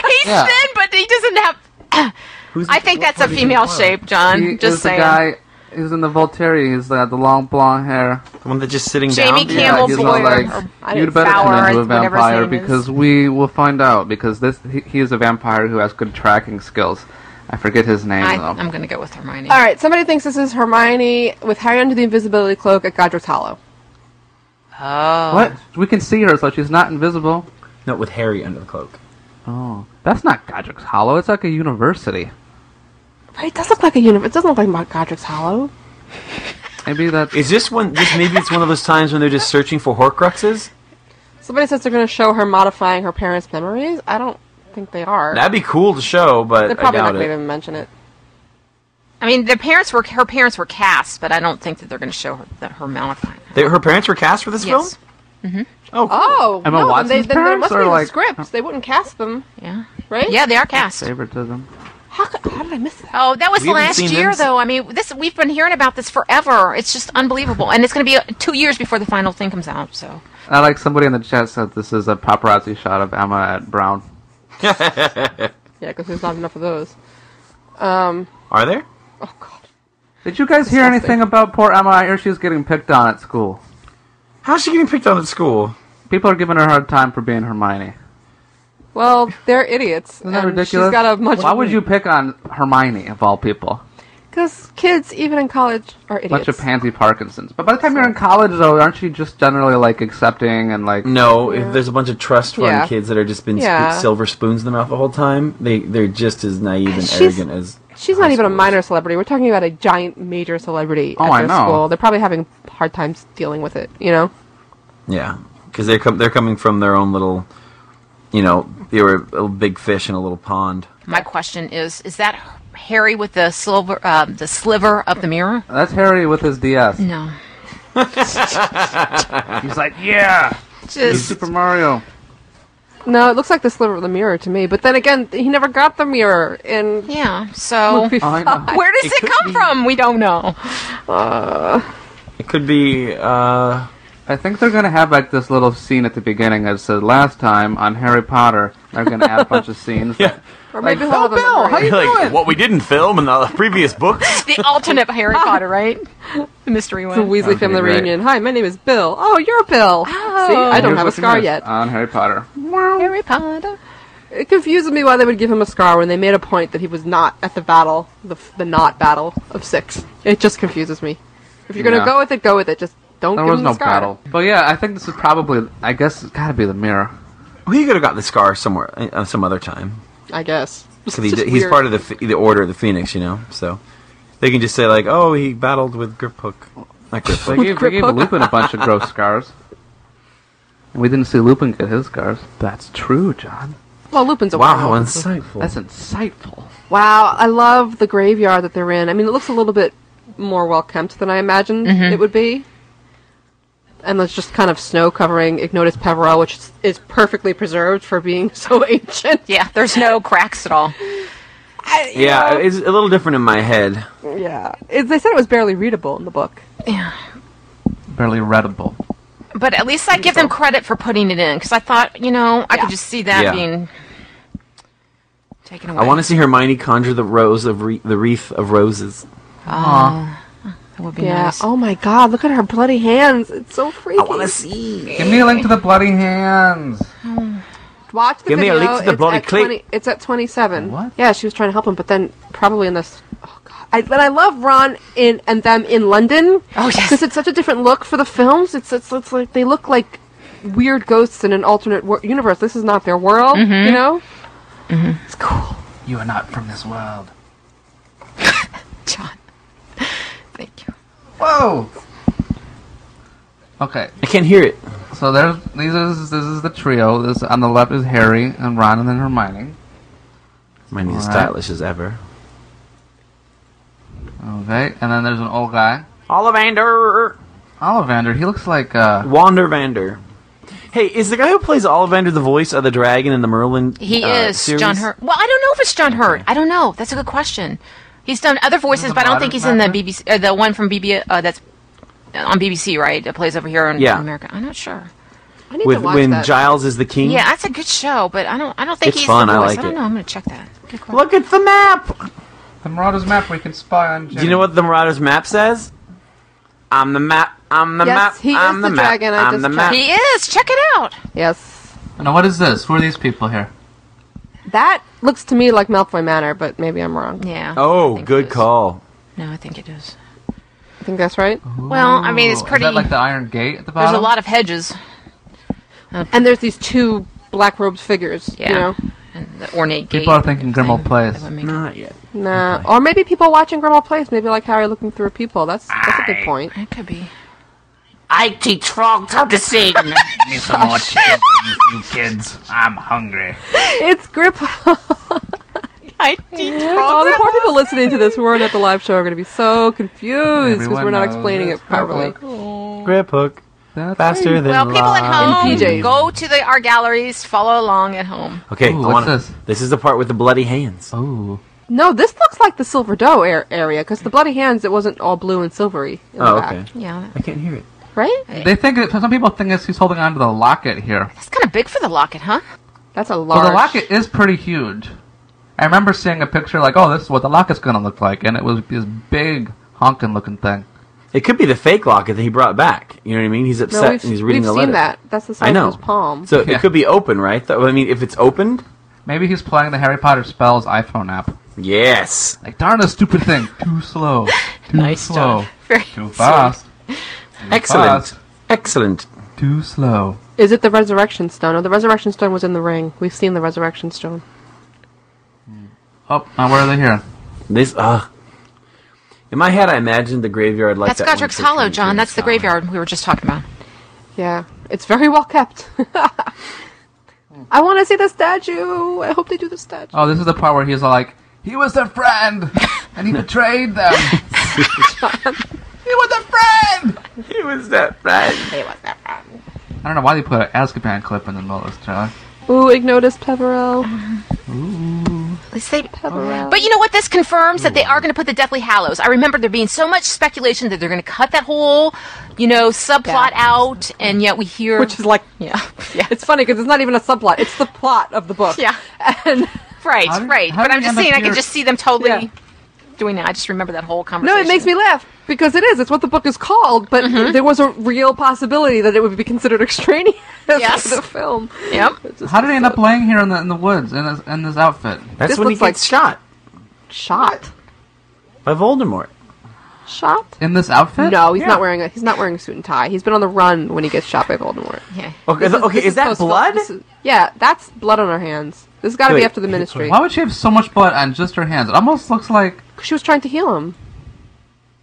He's
Yeah.
thin, but he doesn't have.
Who's
I think that's a female shape, John.
He
just
is
saying.
the guy. He's in the Volturi. He's uh, the long blonde hair.
the one that's just sitting
Jamie
down.
Campbell
he's
Boyer,
all like,
or-
I
you'd
don't-
better
Bauer,
turn into a
whatever his
vampire
name is.
because we will find out. Because this he, he is a vampire who has good tracking skills. I forget his name
I,
though.
I'm gonna go with Hermione.
All right, somebody thinks this is Hermione with Harry under the invisibility cloak at Godric's Hollow.
Oh,
What? We can see her, so she's not invisible.
No, with Harry under the cloak.
Oh, that's not Godric's Hollow. It's like a university.
Right, it does look like a universe. It doesn't look like Mount Godric's Hollow.
Maybe that's
Is this one? This maybe it's one of those times when they're just searching for Horcruxes.
Somebody says they're going to show her modifying her parents' memories. I don't think they are.
That'd be cool to show, but
They're
I
probably not
doubt
going to
it.
even mention it.
I mean, their parents were her parents were cast, but I don't think that they're gonna show her that her Malphite.
They, her parents were cast for this
Yes.
film. Oh, cool.
Oh, no,
Emma
then they,
Watson's
then there
parents
must
are
be in
like-
the scripts. They wouldn't cast them,
Yeah.
right?
Yeah, they are cast.
favoritism.
How, could, how did I miss that?
Oh, that was
We haven't
last
seen
year,
them.
though. I mean, this we've been hearing about this forever. It's just unbelievable, and it's going to be uh, two years before the final thing comes out. So,
I like somebody in the chat said this is a paparazzi shot of Emma at Brown.
Yeah, because there's not enough of those.
Are there?
Oh God.
Did you guys hear
Disgusting.
anything about poor Emma? I hear she's getting picked on at school.
How's she getting picked on at school?
People are giving her a hard time for being Hermione.
Well, they're idiots.
Isn't that
and
ridiculous?
She's got a much.
Why would you pick on Hermione of all people?
Because kids, even in college, are idiots.
Bunch of pansy Parkinsons. But by the time you're in college, though, aren't you just generally like accepting and like?
No, if there's a bunch of trust fund
Yeah.
kids that are just been sp-
Yeah.
silver spoons in the mouth the whole time. They they're just as naive and
She's-
arrogant as.
She's not
high
even a
schoolers.
minor celebrity. We're talking about a giant major celebrity
Oh,
at
I
their
know.
school. They're probably having hard times dealing with it. You know.
Yeah, because they're com- they're coming from their own little, you know, they were a big fish in a little pond.
my question is: Is that Harry with the silver, uh, the sliver of the mirror?
That's Harry with his DS.
No,
He's like, yeah,
just
Super Mario.
No, it looks like the sliver of the mirror to me. But then again, he never got the mirror. And
yeah. So,
I know.
where does
It
it,
could
come
be-
from? We don't know.
It could be. uh...
I think they're gonna have like this little scene at the beginning as said last time on Harry Potter. They're gonna add a bunch of scenes.
Yeah.
or maybe
Like,
he'll have a memory.
like what we didn't film in the previous books.
The alternate Harry Potter, right? The mystery
The
one.
Weasley
Okay,
family
great.
reunion. Hi, my name is Bill. Oh, you're Bill. See, I don't have a
Here's what you
scar
missed
yet.
on Harry Potter.
Harry Potter.
It confuses me why they would give him a scar when they made a point that he was not at the battle, the, the not battle of six. It just confuses me. If you're gonna
Yeah.
go with it, go with it. Just don't.
There
give
was
him the
no
scar.
battle. But yeah, I think this is probably. I guess it's gotta be the mirror.
He could have got the scar somewhere, uh, some other time.
I guess. It's
'Cause he,
just
he's
weird.
part of the ph- the Order of the Phoenix, you know. So they can just say like, "Oh, he battled with Grip Hook." Not Grip
They
Hook.
gave, they gave Lupin a bunch of gross scars. And we didn't see Lupin get his scars.
That's true, John.
Well, Lupin's a
Wow, how
werewolf.
insightful.
That's insightful.
Wow, I love the graveyard that they're in. I mean, it looks a little bit more well kept than I imagined it would be. And there's just kind of snow covering Ignotus Peverell, which is, is perfectly preserved for being so ancient.
Yeah, there's no cracks at all.
I- you
yeah,
know,
it's a little different in my head.
yeah. It, they said it was barely readable in the book.
Barely readable.
But at least I give them credit for putting it in because I thought, you know, I could just see that
Yeah.
being taken away.
I want to see Hermione conjure the rose of re- the wreath of roses.
That would be
Yeah.
nice.
Oh my God! Look at her bloody hands. It's so freaky.
I want to see.
Give me a link to the bloody hands.
Watch the
Give me a
video.
link to the
it's
bloody
at
clip.
20, It's at 27.
What?
Yeah, she was trying to help him, but then probably in this. Oh God! I, but I love Ron in and them in London.
Oh, yes.
Because it's such a different look for the films. It's it's, it's like they look like weird ghosts in an alternate wor- universe. This is not their world,
Mm-hmm.
you know. It's cool.
You are not from this world.
John. Thank you.
Whoa. Okay,
I can't hear it.
so there's these is this is the trio. This on the left is Harry and Ron and then Hermione.
Hermione's
Alright.
stylish as ever.
Okay, and then there's an old guy,
Ollivander,
Ollivander. He looks like uh
Wander Vander. Hey, is the guy who plays Ollivander the voice of the dragon in the Merlin?
He
uh,
is
series?
John Hurt. Well, I don't know if it's John Hurt. I don't know. That's a good question. He's done other voices,
a
but I don't
modern
think he's in the
actor?
BBC. Uh, the one from BBC uh, that's on BBC, right? That plays over here in
Yeah.
America. I'm not sure.
I need
With
to watch
when
that.
Giles is the king.
Yeah, that's a good show, but I don't. I don't think
Mm-hmm. It's
he's
fun.
the
I
voice.
like
I don't
it.
know. I'm gonna check that. Good question.
Look at the map.
the Marauders map. We can spy on. Jenny.
Do you know what the Marauders map says? I'm the map. I'm the
Yes,
map.
he is
I'm
the
map.
dragon, I
I'm
just
the map.
He is. Check it out.
Yes,
Now what is this? Who are these people here?
that looks to me like Malfoy Manor, but maybe I'm wrong.
Yeah. I
Oh,
think it
good
is.
call.
No, I think it is.
I think that's right.
Oh.
Well, I mean, it's
Ooh,
pretty.
Oh, Is that like the Iron Gate at the bottom?
there's a lot of hedges.
And there's these two black robed figures.
Yeah.
You know?
And the ornate
People are
gate
thinking
thing
Grimmauld Place.
that would make-
Not yet.
Nah. Or maybe people watching Grimmauld Place, maybe like Harry looking through people. That's that's a good point.
It could be.
I teach frogs how to sing.
Need some more chicken, you kids. I'm hungry.
It's Grip.
I think
All the poor people listening to this who weren't at the live show are going to be so confused because
Everyone
we're not
knows
explaining it
it's
properly.
Grip hook.
That's
Faster than
Well, people at home,
In PJs.
go to the our galleries, follow along at home.
Okay,
Ooh,
I
what's
wanna-
this?
This Oh. is the part with the bloody hands.
Ooh.
No, this looks like the Silver Doe ar- area because the Bloody Hands, it wasn't all blue and silvery. In
Oh,
the back,
okay.
Yeah,
I can't hear it.
Right?
They think it, some people think it's he's holding on to the locket here.
that's kind of big for the locket, huh?
That's a large.
Well, the locket is pretty huge. I remember seeing a picture like, "Oh, this is what the locket's gonna look like," and it was this big honking looking thing.
It could be the fake locket that he brought back. You know what I mean? He's
No,
upset
we've,
and he's reading
we've
the
seen
letter.
that. That's the
I
size
know.
of his palm.
So
Yeah.
it could be open, right? Though- I mean, if it's opened,
Maybe he's playing the Harry Potter spells iPhone app.
yes.
Like, darn this stupid thing! Too slow. Too slow.
Very
Too fast.
Excellent.
fast.
Excellent.
Too slow.
Is it the Resurrection Stone? Oh, the Resurrection Stone was in the ring. We've seen the Resurrection Stone.
Oh, now where are they here?
This. Uh, in my head, I imagined the graveyard like
that's
that one
Godric's
picture
Hollow,
in
John. That's the
Grimmauld Hollow.
graveyard we were just talking about.
Yeah, it's very well kept. I want to see the statue. I hope they do the statue.
Oh, this is the part where he's like, "He was their friend, and he betrayed them." he was a friend.
He was that right?
I don't know why they put an Azkaban clip in the middle of this trailer.
Oh.
Ooh, Ignotus Peverell.
At least they- But you know what? This confirms that they are going to put the Deathly Hallows. I remember there being so much speculation that they're going to cut that whole, you know, subplot out, and yet we hear
Which is like,
yeah, yeah,
it's funny because it's not even a subplot. It's the plot of the book.
yeah.
And
Right,
How did-
right.
how
But
did
I'm
we
just
end up
saying, I can
here?
just see them totally
Yeah.
doing that. I just remember that whole conversation.
no, it makes me laugh because it is. It's what the book is called. But
Mm-hmm.
there was a real possibility that it would be considered extraneous
Yes.
to the film.
Yep.
It's just
How did he end up laying here in the in the woods in this, in this outfit?
That's
This
when he
looks like-
gets shot
shot?
by Voldemort.
Shot?
In this outfit?
No, he's
Yeah.
not wearing a he's not wearing a suit and tie. He's been on the run when he gets shot by Voldemort.
Yeah.
Okay,
This
okay,
this
Oh, is, that
post-Phil-
blood?
this is- yeah, that's blood on her hands. This has got to be
Wait,
after the ministry.
Why would she have so much blood on just her hands? It almost looks like
She was trying to heal him.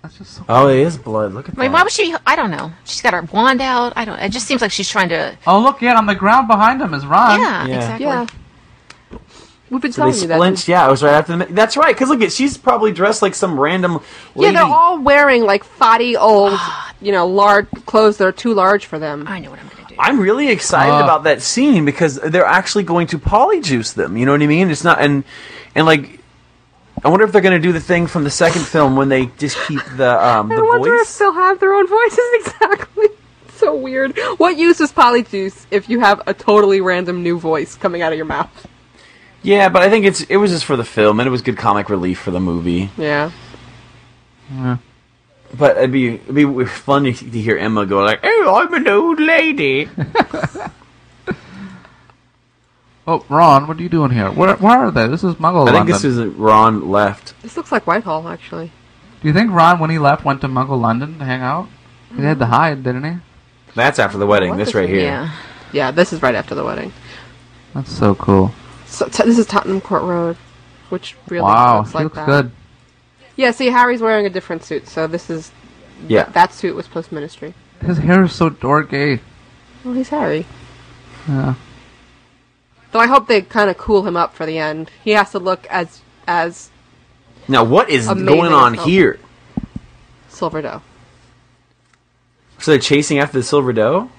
That's just so.
Oh, it is blood. Look at
I mean,
that.
why would she? I don't know. She's got her wand out. I don't. It just seems like she's trying to.
Oh look, yeah, on the ground behind him is Ron.
Yeah,
Yeah.
exactly.
Yeah. We've been
So they
telling you that.
splinched. Yeah, it was right after the. That's right. Because look at, she's probably dressed like some random.
Yeah,
Lady.
they're all wearing like fatty old, you know, large clothes that are too large for them.
I know what I'm gonna do.
I'm really excited
Uh.
about that scene because they're actually going to polyjuice them. You know what I mean? It's not and and like I wonder if they're going to do the thing from the second film when they just keep the um
I
the
wonder if
voice.
they'll have their own voices exactly. So weird. What use is polyjuice if you have a totally random new voice coming out of your mouth?
Yeah, but I think it's it was just for the film and it was good comic relief for the movie.
Yeah.
But it'd be it'd be fun to to hear Emma go like, "Oh, I'm an old lady."
Oh, Ron, what are you doing here? Where where are they? This is Muggle
I
London.
think this is uh, Ron left.
This looks like Whitehall, actually.
Do you think Ron, when he left, went to Muggle London to hang out? He had to hide, didn't he?
That's after the wedding.
What
This
is
right
it?
here.
Yeah.
Yeah, this is right after the wedding.
That's so cool.
So t- this is Tottenham Court Road, which really
wow,
looks
she
like
looks
that.
good.
Yeah, see, Harry's wearing a different suit, so this is
Yeah.
that suit was post ministry.
His hair is so dorky.
Well, he's Harry.
Yeah.
Though I hope they kind of cool him up for the end. He has to look as as
Now, what is
Amazing
going on
film.
here?
Silver Doe.
So they're chasing after the silver doe.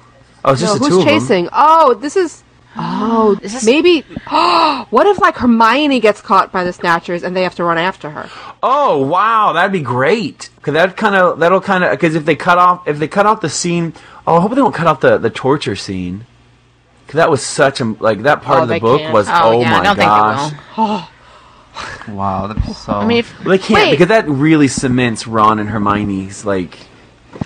Oh, it's just
No,
the two
who's
of them.
chasing? Oh, this is. Oh,
Is this-
maybe. Oh, what if like Hermione gets caught by the Snatchers and they have to run after her?
Oh wow, that'd be great. Cause that kind of that'll kind of because if they cut off if they cut off the scene, oh I hope they don't cut off the the torture scene. Cause that was such a like that part
Oh,
of the
they
book
can't.
was
Oh,
oh,
yeah,
my
I don't
gosh.
think it will.
Wow, that's so.
I mean, if,
Well, they can't
Wait.
because that really cements Ron and Hermione's like.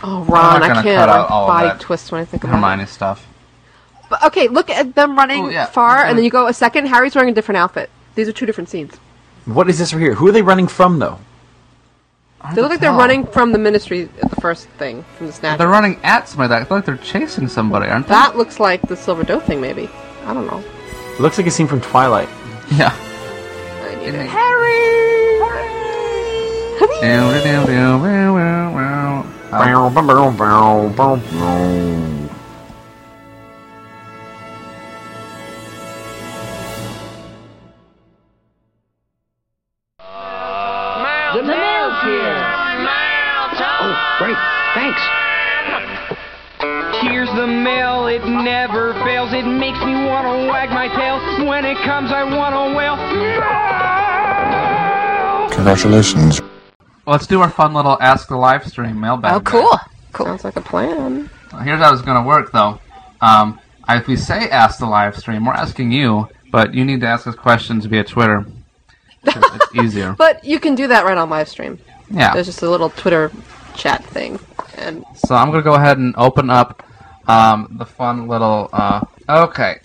Oh,
I'm
Ron,
not
I
gonna
can't.
cut
My
out all of
body
that
twists when I think about
Hermione stuff.
it. But, okay, look at them running
Oh, yeah.
far,
Mhm.
and then you go a second. Harry's wearing a different outfit. These are two different scenes.
What is this right here? Who are they running from though?
They look like they're running from the ministry at the first thing from the Snatchers.
They're running at somebody. I feel like they're chasing somebody, aren't they?
That looks like the Silver Doe thing, maybe. I don't know.
looks like a scene from Twilight.
Yeah.
I need it.
Oh,
Bow, bow, bow, bow, bow, bow.
Great, thanks.
Here's the mail, it never fails. It makes me wanna wag my tail. When it comes, I wanna wail.
Congratulations.
Well, let's do our fun little ask the live stream mailbag.
oh, cool. Cool.
Sounds like a plan.
Here's how it's going to work, though. Um, if we say ask the live stream, we're asking you, but you need to ask us questions via Twitter. 'Cause it's easier.
But you can do that right on live stream.
Yeah.
There's just a little Twitter chat thing. And
So I'm going to go ahead and open up um, the fun little. Uh, okay.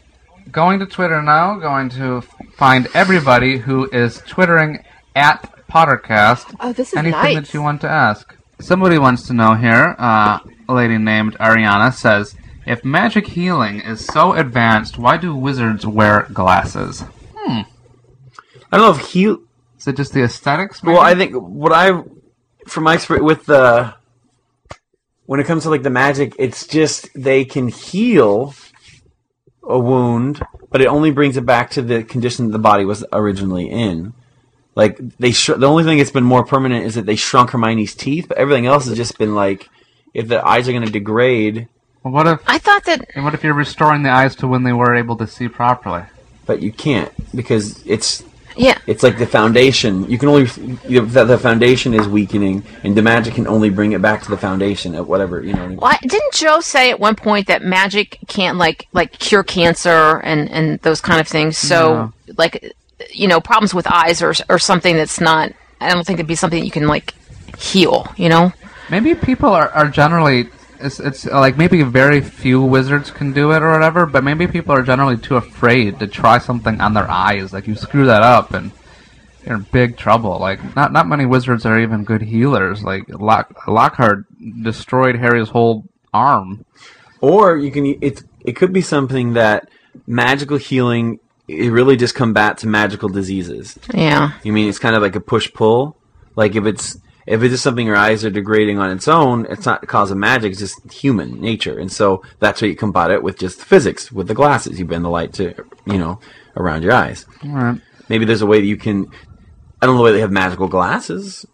Going to Twitter now, going to find everybody who is Twittering at Pottercast.
oh, this is
anything
nice.
that you want to ask. Somebody wants to know here. Uh, a lady named Ariana says, "If magic healing is so advanced, why do wizards wear glasses?
I don't know if he
Is it just the aesthetics?"
Well, I
maybe?
think what I, from my experience with the, when it comes to like the magic, it's just they can heal a wound, but it only brings it back to the condition that the body was originally in. Like they, sh- the only thing that's been more permanent is that they shrunk Hermione's teeth, but everything else has just been like, if the eyes are going to degrade,
Well, what if
I thought that
and what if you're restoring the eyes to when they were able to see properly?
but you can't because it's
yeah.
It's like the foundation. You can only you know, the, the foundation is weakening, and the magic can only bring it back to the foundation at whatever you know. what I mean?
Why didn't Joe say at one point that magic can't like like cure cancer and and those kind of things? So like you know problems with eyes or or something that's not. I don't think it'd be something that you can like heal. You know.
Maybe people are, are generally it's, it's uh, like maybe very few wizards can do it or whatever, but maybe people are generally too afraid to try something on their eyes. Like you screw that up and you're in big trouble. Like not not many wizards are even good healers. Like Lock, Lockhart destroyed Harry's whole arm.
Or you can it it could be something that magical healing it really just combats magical diseases.
Yeah.
You mean it's kind of like a push pull. Like if it's If it's just something your eyes are degrading on its own, it's not cause of magic. It's just human nature, and so that's what you combat it with just physics, with the glasses. You bend the light to, you know, around your eyes.
Alright.
Maybe there's a way that you can. I don't know whether they have magical glasses.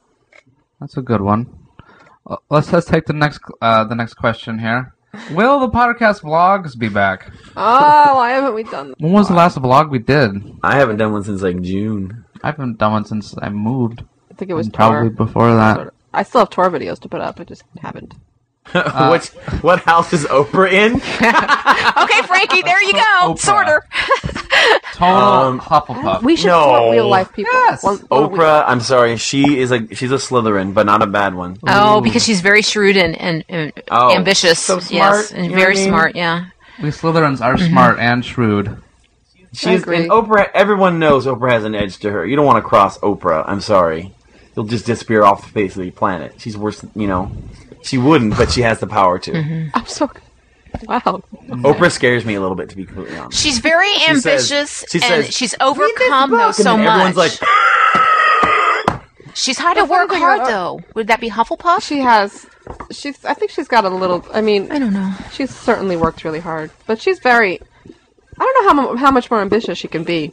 That's a good one. Uh, Let's let's take the next uh, the next question here. Will the podcast vlogs be back?
Oh, why haven't we done that?
When was the last vlog we did?
I haven't done one since like June.
I haven't done one since I moved.
I think it was
probably
Tor.
before that.
I still have tour videos to put up. I just haven't.
Uh,
what what house is Oprah in?
Okay, Frankie, there you go.
Oprah.
Sorter.
Total
Um,
Hufflepuff.
We should
No.
talk real life people.
Yes.
One- one week.
Oprah, I'm sorry, she is a she's a Slytherin, but not a bad one.
Oh, because she's very shrewd and, and, and
Oh,
ambitious.
so
yes,
smart,
and
you know
very
what I mean?
smart. Yeah.
We Slytherins are
Mhm.
smart and shrewd.
She's
agree.
and Oprah. Everyone knows Oprah has an edge to her. You don't want to cross Oprah. I'm sorry, you'll just disappear off the face of the planet. She's worse. than- You know, she wouldn't, but she has the power to.
Mm-hmm.
I'm so. Wow.
Oprah scares me a little bit, to be completely honest.
She's very
says-
ambitious
she
and
says,
she's overcome though so
and then everyone's
much.
like,
she's had to work
thing
hard
about-
though. Would that be Hufflepuff?
She has. She's. I think she's got a little. I mean,
I don't know.
she's certainly worked really hard, but she's very. I don't know how mu- how much more ambitious she can be.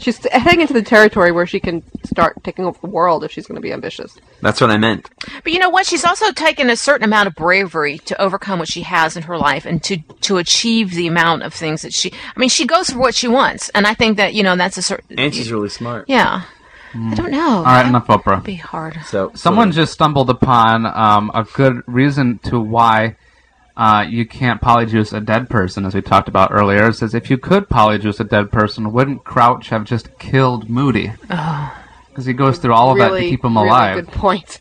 She's heading into the territory where she can start taking over the world if she's going to be ambitious.
that's what I meant.
But you know what? She's also taken a certain amount of bravery to overcome what she has in her life and to to achieve the amount of things that she. I mean, she goes for what she wants, and I think that you know that's a certain.
And she's really smart.
yeah. I don't know.
All right, enough Oprah.
Be hard.
So
Someone
so-
just stumbled upon um, a good reason to why uh, you can't polyjuice a dead person, as we talked about earlier. It says if you could polyjuice a dead person, wouldn't Crouch have just killed Moody? Because he goes through all of that to keep him
really
alive.
good point.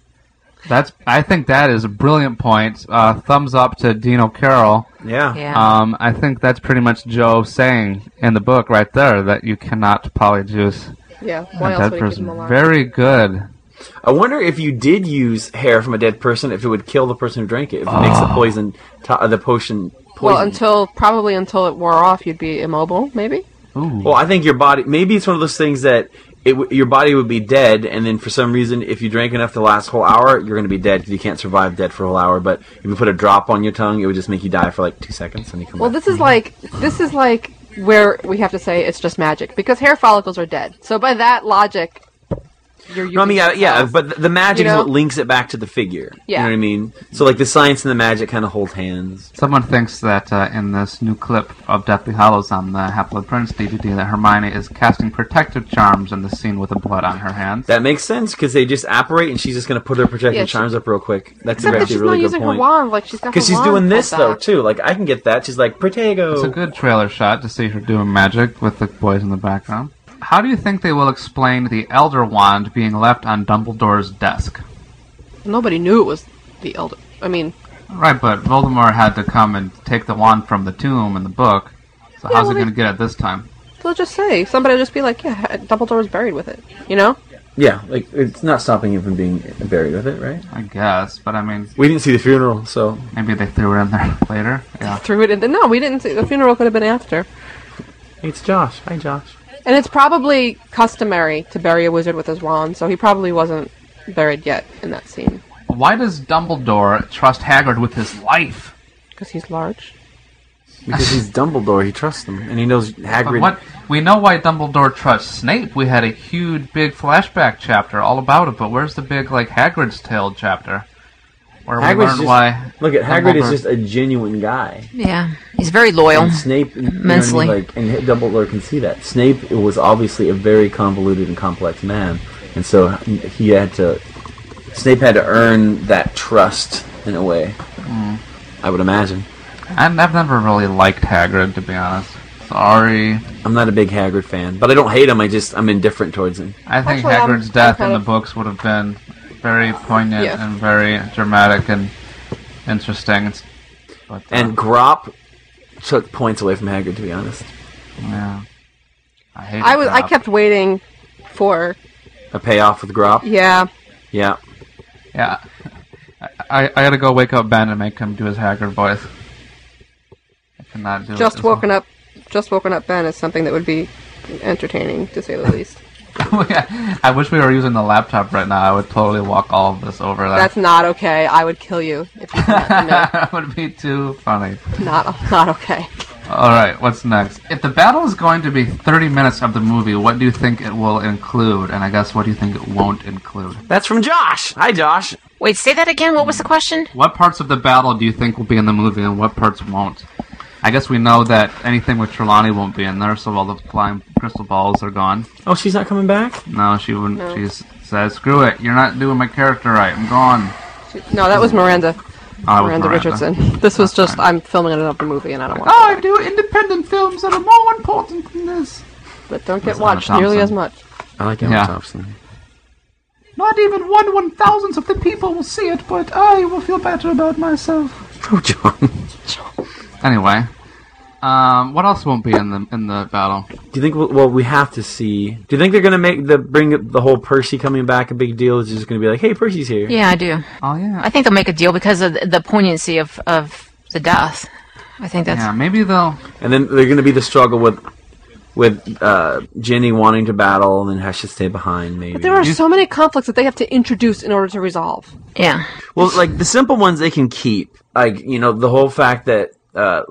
That's I think that is a brilliant point. Uh, thumbs up to Dino Carroll.
yeah.
Yeah.
Um, I think that's pretty much Joe saying in the book right there that you cannot polyjuice
Yeah.
a
Why else
dead
would he keep him
person.
alive?
Very good.
I wonder if you did use hair from a dead person, if it would kill the person who drank it, if it makes the poison, to- uh, the potion. Poison.
well, until probably until it wore off, you'd be immobile, maybe.
Well, I think your body. Maybe it's one of those things that it, w- your body would be dead, and then for some reason, if you drank enough to last a whole hour, you're going to be dead because you can't survive dead for a whole hour. But if you put a drop on your tongue, it would just make you die for like two seconds, and you come
Well,
back.
this is like this is like where we have to say it's just magic because hair follicles are dead. So by that logic, you're using
No, I mean, yeah, yeah,
cells.
but th- the magic
You know?
is what links it back to the figure.
Yeah.
You know what I mean? So, like, the science and the magic kind of hold hands.
Someone thinks that uh, in this new clip of Deathly Hollows on the Half Blood Prince DVD that Hermione is casting protective charms in the scene with the blood on her hands.
That makes sense because they just apparate, and she's just going to put her protective
Yeah, she-
charms up real quick. That's
except that
actually
she's
a really
not
good
using her
point.
wand. Like she's got
Because
her
she's
wand
doing
pulled
this though
back.
too. Like I can get that. She's like Protego.
It's a good trailer shot to see her doing magic with the boys in the background. How do you think they will explain the Elder Wand being left on Dumbledore's desk?
Nobody knew it was the elder. I mean,
Right, but Voldemort had to come and take the wand from the tomb in the book. So how's
well,
it
they-
going to get it this time?
they'll just say somebody will just be like, yeah, Dumbledore was buried with it. You know?
Yeah, like it's not stopping you from being buried with it, right?
I guess, but I mean,
We didn't see the funeral, so
maybe they threw it in there later. Yeah.
Threw it in. The, no, we didn't see. The funeral could have been after.
it's Josh. Hi, Josh.
And it's probably customary to bury a wizard with his wand, so he probably wasn't buried yet in that scene
Why does Dumbledore trust Hagrid with his life?
because he's large.
Because he's Dumbledore, he trusts them, and he knows Hagrid.
But what we know why Dumbledore trusts Snape. We had a huge, big flashback chapter all about it. But where's the big like Hagrid's Tale chapter, where we
Hagrid's
learned
just,
why?
look at Hagrid is
Dumbledore-
just a genuine guy.
Yeah. He's very loyal.
And Snape, you know what I mean,
Immensely.
like, and Dumbledore can see that. Snape was obviously a very convoluted and complex man, and so he had to. Snape had to earn that trust in a way. Mm. I would imagine.
And I've never really liked Hagrid to be honest. Sorry,
I'm not a big Hagrid fan, but I don't hate him. I just I'm indifferent towards him.
I think
Actually, I'm-
Hagrid's death
I'm kind
in the
of-
books would have been very poignant
Yeah.
and very dramatic and interesting. It's- But, uh,
And Grop took points away from Hagrid, to be honest.
yeah, I hate.
I was. I kept waiting for.
A payoff with Grop.
Yeah.
Yeah.
Yeah, I, I, I gotta go wake up Ben and make him do his Hagrid voice. I cannot do it.
Just woken up. Just woken up. Ben is something that would be entertaining to say the least.
I wish we were using the laptop right now. I would totally walk all of this over. That
That's not okay. I would kill you if you did that.
would be too funny.
No, not not okay.
All right, what's next? If the battle is going to be 30 minutes of the movie, what do you think it will include? And I guess what do you think it won't include?
That's from Josh. Hi, Josh.
Wait, say that again. What was the question?
What parts of the battle do you think will be in the movie and what parts won't? I guess we know that anything with Trelawney won't be in there, so all the flying crystal balls are gone.
Oh, she's not coming back?
No, she wouldn't.
No.
She s- says, "Screw it! You're not doing my character right. I'm gone."
No, that was Miranda.
Oh, it was
Miranda,
Miranda.
Richardson. This was just I'm filming another movie and I don't want. to.
I do independent films that are more important than this.
But don't get
Listen,
watched
Emma
nearly
Thompson.
as much.
I like Emma
Yeah.
Thompson.
Not even one one thousandth of the people will see it, but I will feel better about myself.
Oh, John. Do
Anyway, um, what else won't be in the in the battle?
you think? Well, we have to see. Do you think they're gonna make the bring the whole Percy coming back a big deal? Is just gonna be like, hey, Percy's here.
Yeah, I do.
Oh yeah,
I think they'll make a deal because of the- the poignancy of, of the death. I think that's.
yeah. Maybe they'll.
And then they're gonna be the struggle with with uh, Ginny wanting to battle, and then has to stay behind. Maybe.
But there are so many conflicts that they have to introduce in order to resolve.
Yeah.
Well, like the simple ones they can keep. Like you know, the whole fact that uh,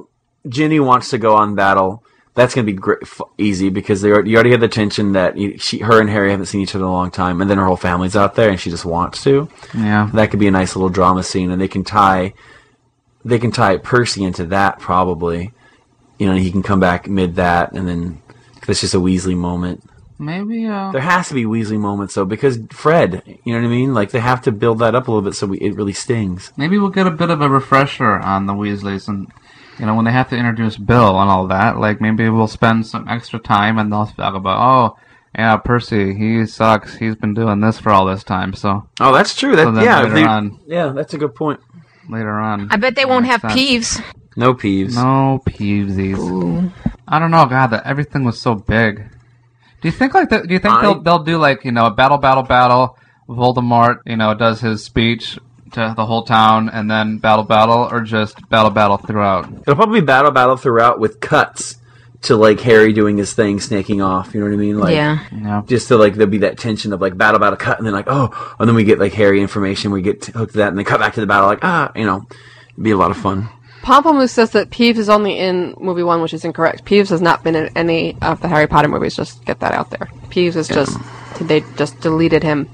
Ginny wants to go on battle. That's gonna be great, f- easy because they already, you already have the tension that you, she, her and Harry haven't seen each other in a long time, and then her whole family's out there, and she just wants to.
Yeah.
That could be a nice little drama scene, and they can tie, they can tie Percy into that probably. You know, he can come back mid that, and then that's just a Weasley moment.
Maybe. Uh,
There has to be Weasley moments though, because Fred. You know what I mean? Like they have to build that up a little bit so we, it really stings.
Maybe we'll get a bit of a refresher on the Weasleys and you know when they have to introduce Bill and all that. Like maybe we'll spend some extra time and they'll talk about oh yeah Percy he sucks he's been doing this for all this time so
Oh, that's true. That
So then
yeah,
later
they-
on-
yeah, that's a good point.
later on
I bet they won't have
Makes
peeves.
No peeves.
no peevesies. I don't know God that everything was so big. Do you think like that? Do you think
I-
they'll they'll do like you know battle battle battle Voldemort you know does his speech to the whole town and then battle battle or just battle battle throughout?
It'll probably be battle battle throughout with cuts to like Harry doing his thing, snaking off. You know what I mean? Like,
yeah.
Yeah.
Just to like there'll be that tension of like battle battle cut, and then like oh, and then we get like Harry information. We get hooked to that, and then cut back to the battle. Like ah, you know, it'd be a lot of fun.
Pompomoo says that Peeves is only in movie one, which is incorrect. Peeves has not been in any of the Harry Potter movies. Just get that out there. Peeves is just they just deleted him.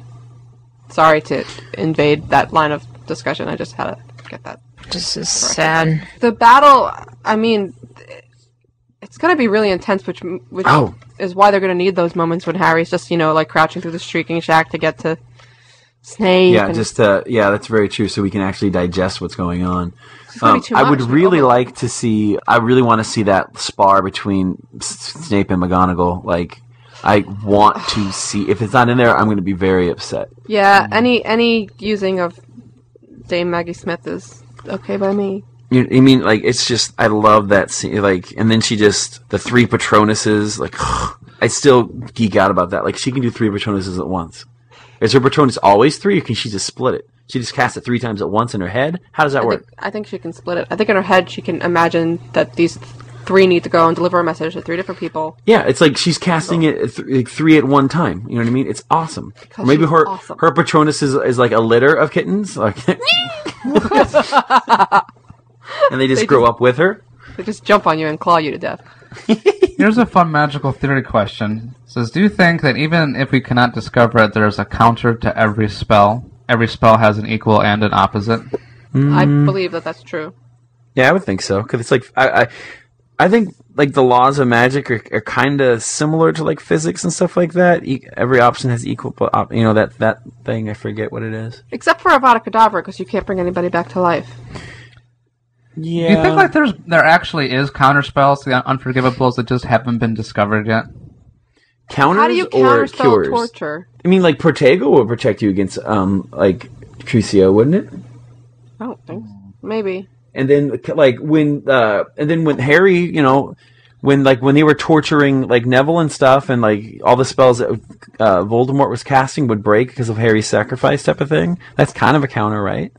Sorry to invade that line of discussion. I just had to get that.
This is sad.
The battle. I mean, th- it's going to be really intense, which m- which
Oh.
is why they're going to need those moments when Harry's just you know like crouching through the shrieking shack to get to Snape.
Yeah,
and-
just uh, yeah, that's very true. So we can actually digest what's going on. Um,
gonna be too
I would
much.
really like to see. I really want to see that spar between S- S- Snape and McGonagall. Like, I want to see if it's not in there. I'm going to be very upset.
yeah. Any any using of Dame Maggie Smith is okay by me.
You, I mean, like, it's just I love that scene. Like, and then she just the three Patronuses. Like, I still geek out about that. Like, she can do three Patronuses at once. Is her Patronus always three, or can she just split it? She just casts it three times at once in her head. How does that
I
work?
think, I think she can split it. I think in her head she can imagine that these th- three need to go and deliver a message to three different people.
Yeah, it's like she's casting it at th- like three at one time. You know what I mean? It's awesome.
Because
or maybe
she's
her
awesome.
her Patronus is, is like a litter of kittens, like, and they just grow up with her.
They just jump on you and claw you to death.
Here's a fun magical theory question. It says, do you think that even if we cannot discover it, there's a counter to every spell? Every spell has an equal and an opposite.
I
Mm.
believe that that's true.
Yeah, I would think so because it's like I, I I think like the laws of magic are, are kind of similar to like physics and stuff like that. E- every option has equal, po- op- you know that that thing. I forget what it is.
Except for Avada Kedavra, because you can't bring anybody back to life.
Yeah,
Do you think like there's there actually is counter spells to the unforgivables that just haven't been discovered yet?
counters
How do you
or
counterspell
cures?
torture?
I mean, like Protego would protect you against um like Crucio, wouldn't it?
I don't think.
Mm.
Maybe.
and then like when uh and then when harry you know when like when they were torturing like neville and stuff and like all the spells that uh, voldemort was casting would break because of harry's sacrifice type of thing that's kind of a counter right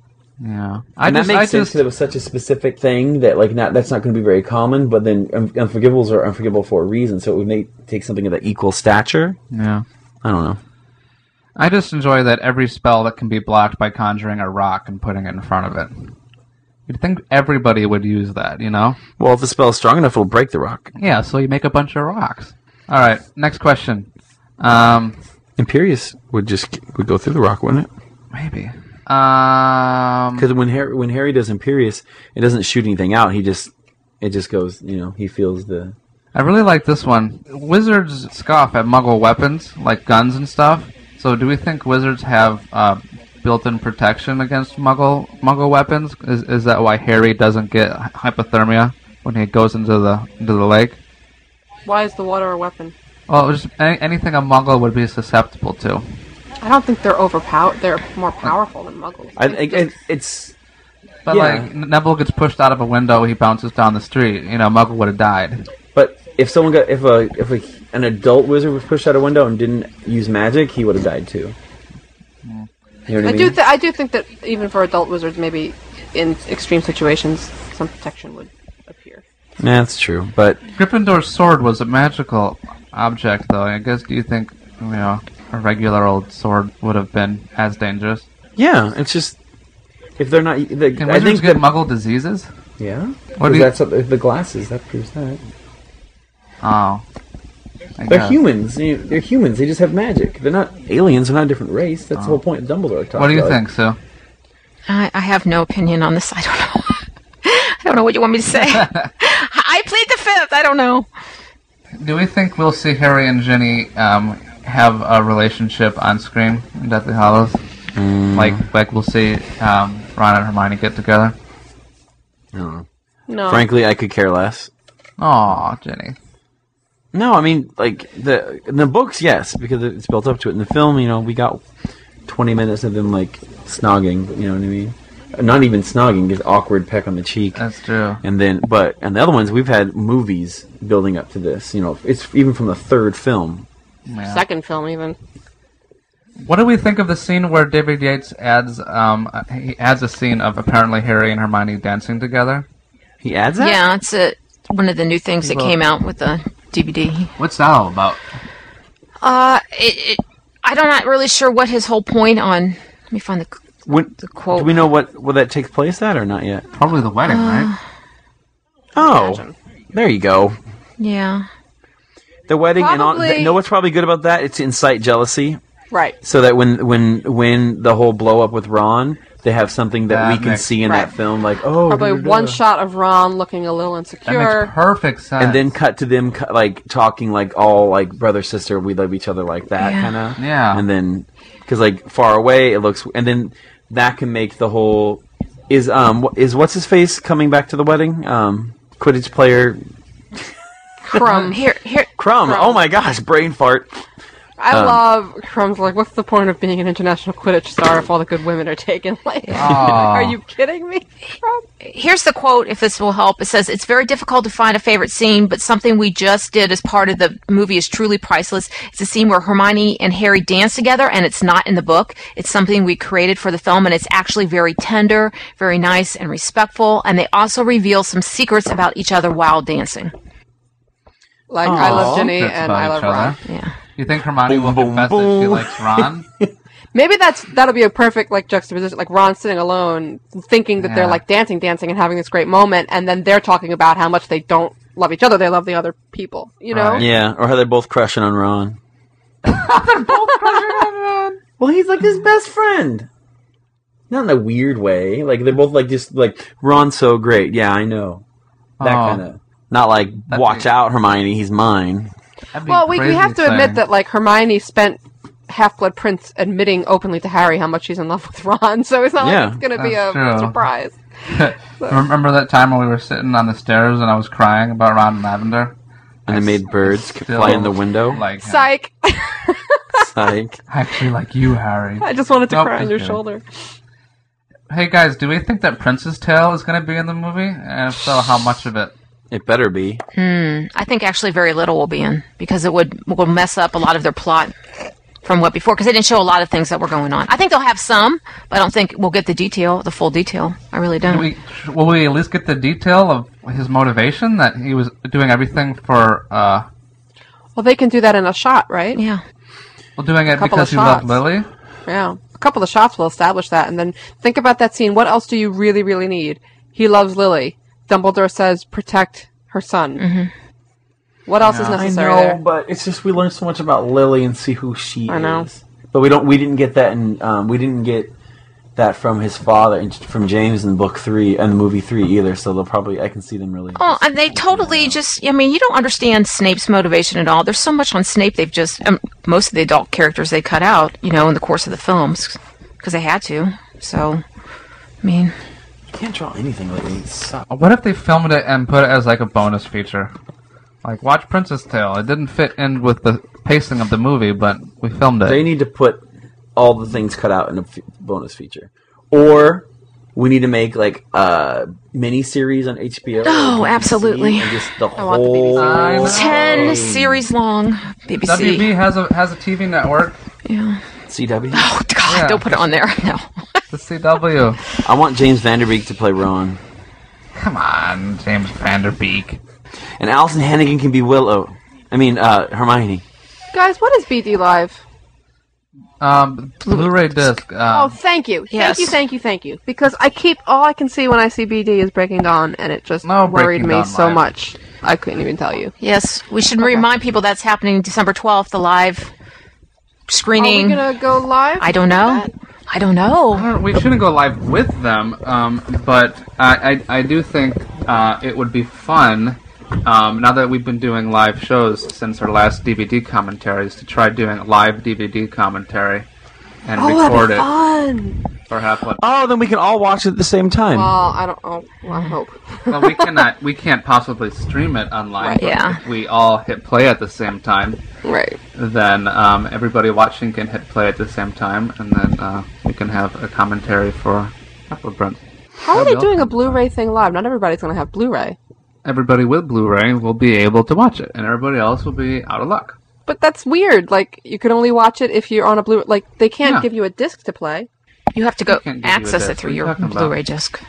Yeah. I
and
just
that makes
I
sense
just
'cause it was such a specific thing that like not that's not going to be very common but then un- unforgivables are unforgivable for a reason so it would make take something of that equal stature
Yeah.
I don't know.
I just enjoy that every spell that can be blocked by conjuring a rock and putting it in front of it. You'd think everybody would use that, you know?
Well, if the spell's strong enough, it'll break the rock.
Yeah, so you make a bunch of rocks. All right, next question. Um,
Imperius would just would go through the rock, wouldn't it?
Maybe. Um,
Because when Harry when Harry does Imperius, it doesn't shoot anything out. He just it just goes. You know, he feels the
I really like this one. Wizards scoff at Muggle weapons, like guns and stuff. So, do we think wizards have uh, built-in protection against Muggle Muggle weapons? Is is that why Harry doesn't get hypothermia when he goes into the into the lake?
Why is the water a weapon?
Well, just any, anything a Muggle would be susceptible to.
I don't think they're overpowered. They're more powerful than muggles.
I, I, I- it's
But
Yeah.
like Neville gets pushed out of a window, he bounces down the street. You know, Muggle would have died.
but if someone got if a if a, an adult wizard was pushed out a window and didn't use magic, he would have died too. You know what I,
I
mean?
do. Th- I do think that even for adult wizards, maybe in extreme situations, some protection would appear.
yeah, that's true. But
Gryffindor's sword was a magical object, though. I guess do you think you know a regular old sword would have been as dangerous?
yeah, it's just if they're not. The,
Can
I
wizards
think
get
that
Muggle diseases?
yeah.
What do
Because
you-
that's what- the glasses that proves that.
Oh, I
They're
guess.
humans. you- They're humans. They just have magic. They're not aliens. They're not a different race. That's the whole point. of Dumbledore. talked
Oh. What do you
about.
think, Sue?
I, I have no opinion on this. I don't know. I don't know what you want me to say. I plead the fifth. I don't know.
Do we think we'll see Harry and Ginny um, have a relationship on screen in Deathly Hollows? Like, like we'll see um, Ron and Hermione get together.
I don't know.
No.
Frankly, I could care less.
Oh, Ginny.
No, I mean like the in the books, yes, because it's built up to it. In the film, you know, we got twenty minutes of them like snogging. You know what I mean? Not even snogging, just awkward peck on the cheek.
That's true.
And then, but and the other ones, we've had movies building up to this. You know, it's even from the third film.
Yeah.
Second film, even.
What do we think of the scene where David Yates adds um, uh, he adds a scene of apparently Harry and Hermione dancing together?
He adds that.
Yeah, it's a, one of the new things that
Well-
came out with the DVD.
What's that all about?
Uh, it, it, I'm not really sure what his whole point on. Let me find the.
When,
The quote.
Do we know what where that takes place at or not yet?
Probably the wedding,
Uh,
right?
Oh, there you go.
Yeah.
The wedding and all.
Probably-
You know what's probably good about that? It's to incite jealousy.
Right.
so that when when when the whole blow up with Ron, they have something that
That
we can
makes-
see in
Right.
that film, like oh,
Probably
da-da-da.
one shot of Ron looking a little
That
insecure.
makes perfect sense.
and then cut to them cu- like talking like all like brother sister, we love each other like that
Yeah.
kind of
Yeah.
and then because like far away it looks, and then that can make the whole is um wh- is what's his face coming back to the wedding um Quidditch player
Crumb.
Here, here.
Crumb,
Crumb.
oh my gosh brain fart
I love Crumb's. Like, what's the point of being an international Quidditch star if all the good women are taken? Like, are you kidding me? Crumb?
here's the quote if this will help it says it's very difficult to find a favorite scene but something we just did as part of the movie is truly priceless it's a scene where hermione and harry dance together and it's not in the book it's something we created for the film and it's actually very tender very nice and respectful and they also reveal some secrets about each other while dancing
Like, I love Ginny
Secrets
and
about
I love
each other.
Ron.
yeah
You think Hermione will
boom,
confess that she
boom.
likes Ron?
Maybe that's that'll be a perfect like juxtaposition, like Ron sitting alone, thinking that they're
Yeah.
like dancing, dancing, and having this great moment, and then they're talking about how much they don't love each other; they love the other people. You know,
Right.
yeah or how they're both crushing on Ron. they're both crushing on Ron. Well, he's like his best friend. Not in a weird way. Like they're both like just like Ron's so great. Yeah, I know. That
Oh.
kind of not like
That'd
watch
be-
out, Hermione. He's mine.
That'd be
well, we, we
crazy
have to admit
saying.
that like Hermione spent Half Blood Prince admitting openly to Harry how much she's in love with Ron, so it's not
Yeah,
like it's going to be a
that's true.
surprise.
Remember that time when we were sitting on the stairs and I was crying about Ron and Lavender?
And it made birds c- fly in the window.
Like, him.
Psych!
Like
actually, like you, Harry.
I just wanted to
Nope,
cry on
just
your
kidding.
shoulder.
Hey guys, do we think that Prince's Tale is going to be in the movie? And if so, how much of it?
it better be.
i think actually very little will be in because it would will mess up a lot of their plot from what before because they didn't show a lot of things that were going on i think they'll have some but i don't think we'll get the detail the full detail i really don't
Do we, will we at least get the detail of his motivation that he was doing everything for? uh
Well, they can do that in a shot, right?
Yeah.
Well, doing it
Couple
because
of
you love
shots.
Lily?
Yeah. A couple of shots will establish that. And then think about that scene. What else do you really, really need? He loves Lily. Dumbledore says, protect her son.
Mm-hmm.
What else is necessary?
I know,
there?
but it's just we learn so much about Lily and see who she
I know.
is. But we don't. We didn't get that, and um, we didn't get that from his father, and from James in book three and the movie three either. So they'll probably. I can see them really.
Oh, and they totally just, I mean, you don't understand Snape's motivation at all. There's so much on Snape they've just, um, most of the adult characters they cut out, you know, in the course of the films because they had to. So, I mean,
can't draw anything lately. It sucks.
What if they filmed it and put it as like a bonus feature? Like watch Princess Tale. It didn't fit in with the pacing of the movie, but we filmed it.
They need to put all the things cut out in a f- bonus feature, or we need to make like a mini series on HBO. or
Oh,
BBC,
absolutely.
and just the
want the
whole.
I know. Oh.
10 series long BBC.
WB has a has a TV network.
Yeah.
CW.
Oh, God,
Yeah.
don't put it on there. No.
The CW.
I want James Vanderbeek to play Ron,
Come on, James Vanderbeek.
and Allison Hannigan can be Willow. I mean uh, Hermione.
Guys, what is BD Live?
Um, Blu-ray disc.
Oh,
Um,
thank you.
Yes.
Thank you, thank you, thank you. Because I keep, all I can see when I see BD is Breaking Dawn, and it just
No,
worried
Breaking
me
Dawn
so
Live.
much. I couldn't even tell you.
Yes, we should remind people that's happening December 12th, the live
Are
screening.
we gonna go live?
I don't know. I don't know.
Well, We shouldn't go live with them, um, but I, I, I do think uh, it would be fun, um, now that we've been doing live shows since our last DVD commentaries, to try doing live DVD commentary and record it
Oh, fun.
for Half-Blood.
Oh, then we can all watch it at the same time.
Well, I don't. Oh, well, I hope.
well, we cannot, we can't possibly stream it online.
Right.
but
Yeah.
If we all hit play at the same time,
right.
then um, everybody watching can hit play at the same time, and then uh, we can have a commentary for Half-Blood Prince.
How are they
That'd be
doing a Blu-ray thing live? Not everybody's gonna have Blu-ray.
everybody with Blu-ray will be able to watch it, and everybody else will be out of luck.
But that's weird. Like you can only watch it if you're on a Blu. Like they can't
Yeah.
give you a disc to play.
You have to go
can't give you
access
this.
it
What
through
are you
your
talking about?
Blu-ray disc.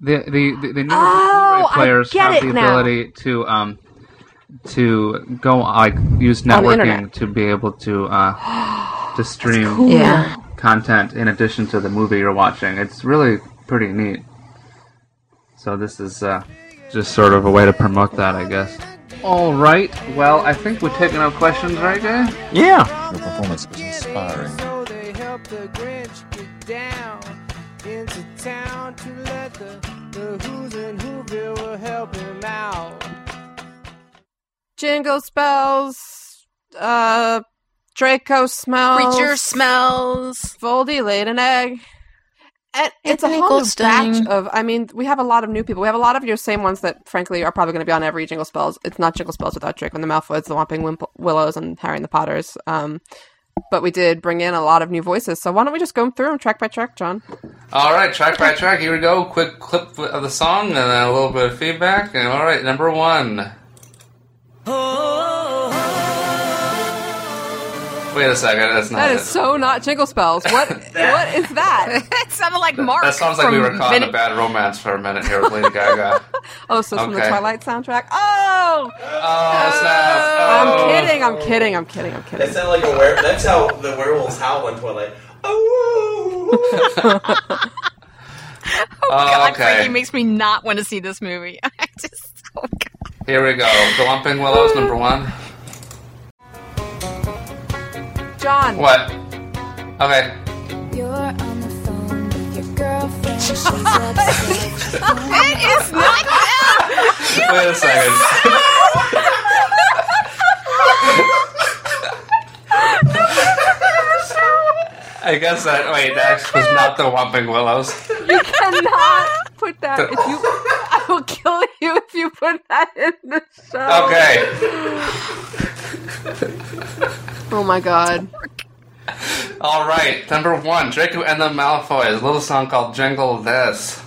The the the, the newer
Oh,
Blu-ray players
I get
have
it
the
now.
ability to um to go like use
the
networking
internet.
to be able to uh to stream
Yeah.
content in addition to the movie you're watching. It's really pretty neat. So this is uh, just sort of a way to promote that, I guess. All right. Well, I think we're taking up questions, right, guys?
Yeah.
Your performance was inspiring.
Jingle spells. Uh, Draco smells.
Creature smells.
Voldy laid an egg. And it's
Anthony
a whole new batch
Goldstein.
of. I mean, we have a lot of new people. We have a lot of your same ones that, frankly, are probably going to be on every Jingle Spells. It's not Jingle Spells without Draco and the Malfoys, the Whomping Wimp- Willows, and Harry and the Potters. Um, but we did bring in a lot of new voices. So why don't we just go through them track by track, John?
All right, track by track. Here we go. Quick clip of the song and then a little bit of feedback. And all right, number one. Wait a second. That's not.
That
it.
is so not Jingle Spells. What? what is that?
it sounded like Mark.
that sounds like we were
from
caught in a
Vin-
bad romance for a minute here with Lady Gaga.
Oh, so it's from the
Okay.
Twilight soundtrack. Oh,
Oh snap!
I'm kidding. I'm kidding. I'm kidding. I'm kidding.
sounded like a were. That's how the werewolves howl when Twilight. Oh.
Oh,
Oh,
God,
okay.
Frankie makes me not want to see this movie. I just. Oh, God.
Here we go. The Lumping Willows, number one.
John,
What? Okay.
It is not that.
Wait a second. I guess that wait, that was not the Whomping Willows.
you cannot put that. If you, I will kill you if you put that in the show.
Okay.
Oh my god.
All right. Number one, Draco and the Malfoys. A little song called "Jingle This."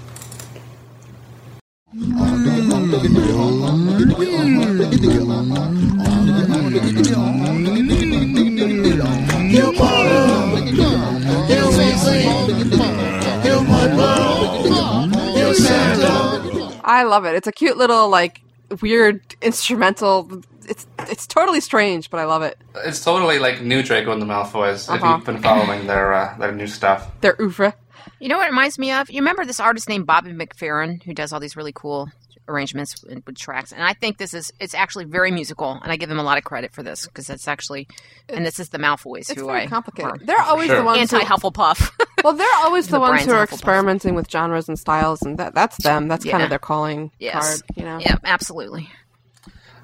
I love it. It's a cute little like weird instrumental it's it's totally strange, but I love it.
It's totally like new Draco and the Malfoys. If
Uh-huh.
you've been following their uh, their new stuff,
Their oeuvre.
You know what it reminds me of? You remember this artist named Bobby McFerrin who does all these really cool arrangements with, with tracks, and I think this is it's actually very musical, and I give him a lot of credit for this because that's actually, and this is the Malfoys
It's
who
very
I
complicated. They're always the ones who-
anti Hufflepuff.
Well, they're always the,
The
ones
brains
who are
of Hufflepuff.
experimenting with genres and styles, and that that's them. That's kind
Yeah.
of their calling
yes,
card. You know.
yeah, absolutely.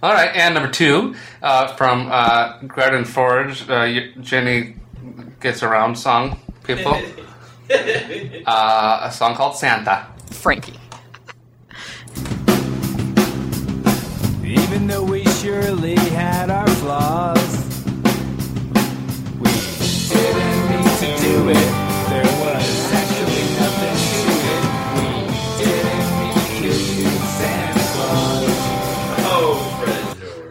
all right. And number two uh, from uh, Garden Forge, uh, y- Jenny gets around song people. uh, a song called Santa.
Frankie.
Even though we surely had our flaws, we didn't mean to do it. There was actually nothing to it. We didn't mean to do Santa Claus. Oh,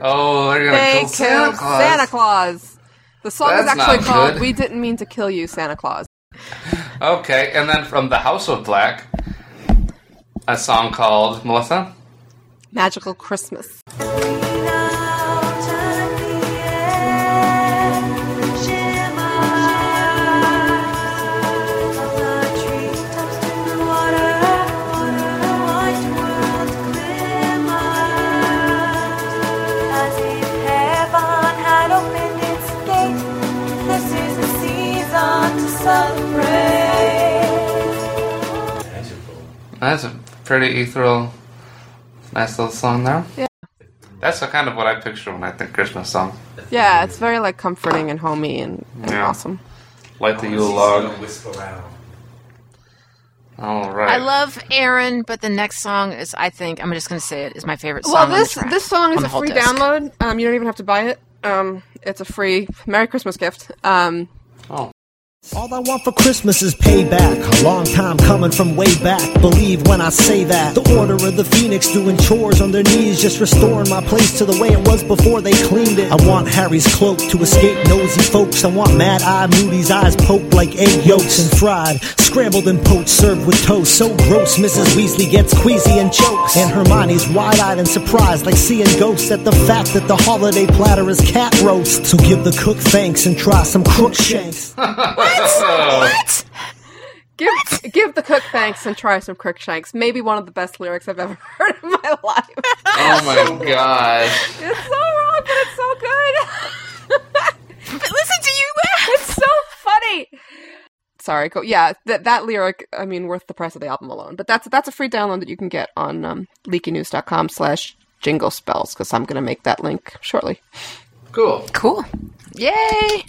Oh, they're gonna
They
kill
killed
Santa Claus.
Santa Claus. The song is
That's
actually
not
called
good.
"We Didn't Mean to Kill You, Santa Claus."
Okay, and then from the House of Black, a song called Melissa.
Magical Christmas.
That's a pretty ethereal, nice little song there.
Yeah.
That's the kind of what I picture when I think Christmas song.
Yeah, it's very like comforting and homey and, and
Yeah.
awesome.
Light the Yule log. All right.
I love Aaron, but the next song is I think I'm just going to say it is my favorite song.
Well,
on the
this
track,
this song
on
is
the
a
whole
free
disc.
download. Um, you don't even have to buy it. Um, it's a free Merry Christmas gift. Um,
oh.
All I want for Christmas is payback. A long time coming from way back. Believe when I say that. The Order of the Phoenix doing chores on their knees, just restoring my place to the way it was before they cleaned it. I want Harry's cloak to escape nosy folks. I want Mad Eye Moody's eyes poked like egg yolks and fried, scrambled and poached, served with toast. So gross, Mrs. Weasley gets queasy and chokes. And Hermione's wide-eyed and surprised, like seeing ghosts at the fact that the holiday platter is cat roast. So give the cook thanks and try some crookshanks.
what?
Give give the cook thanks and try some Crookshanks. Maybe one of the best lyrics I've ever heard in my life.
Oh my gosh.
It's so wrong, but it's so good. but listen to you laugh. It's so funny. Sorry, go, yeah, that that lyric. I mean, worth the price of the album alone. But that's that's a free download that you can get on um, leakynews.com slash jingle spells because I'm gonna make that link shortly.
Cool.
Cool. Yay!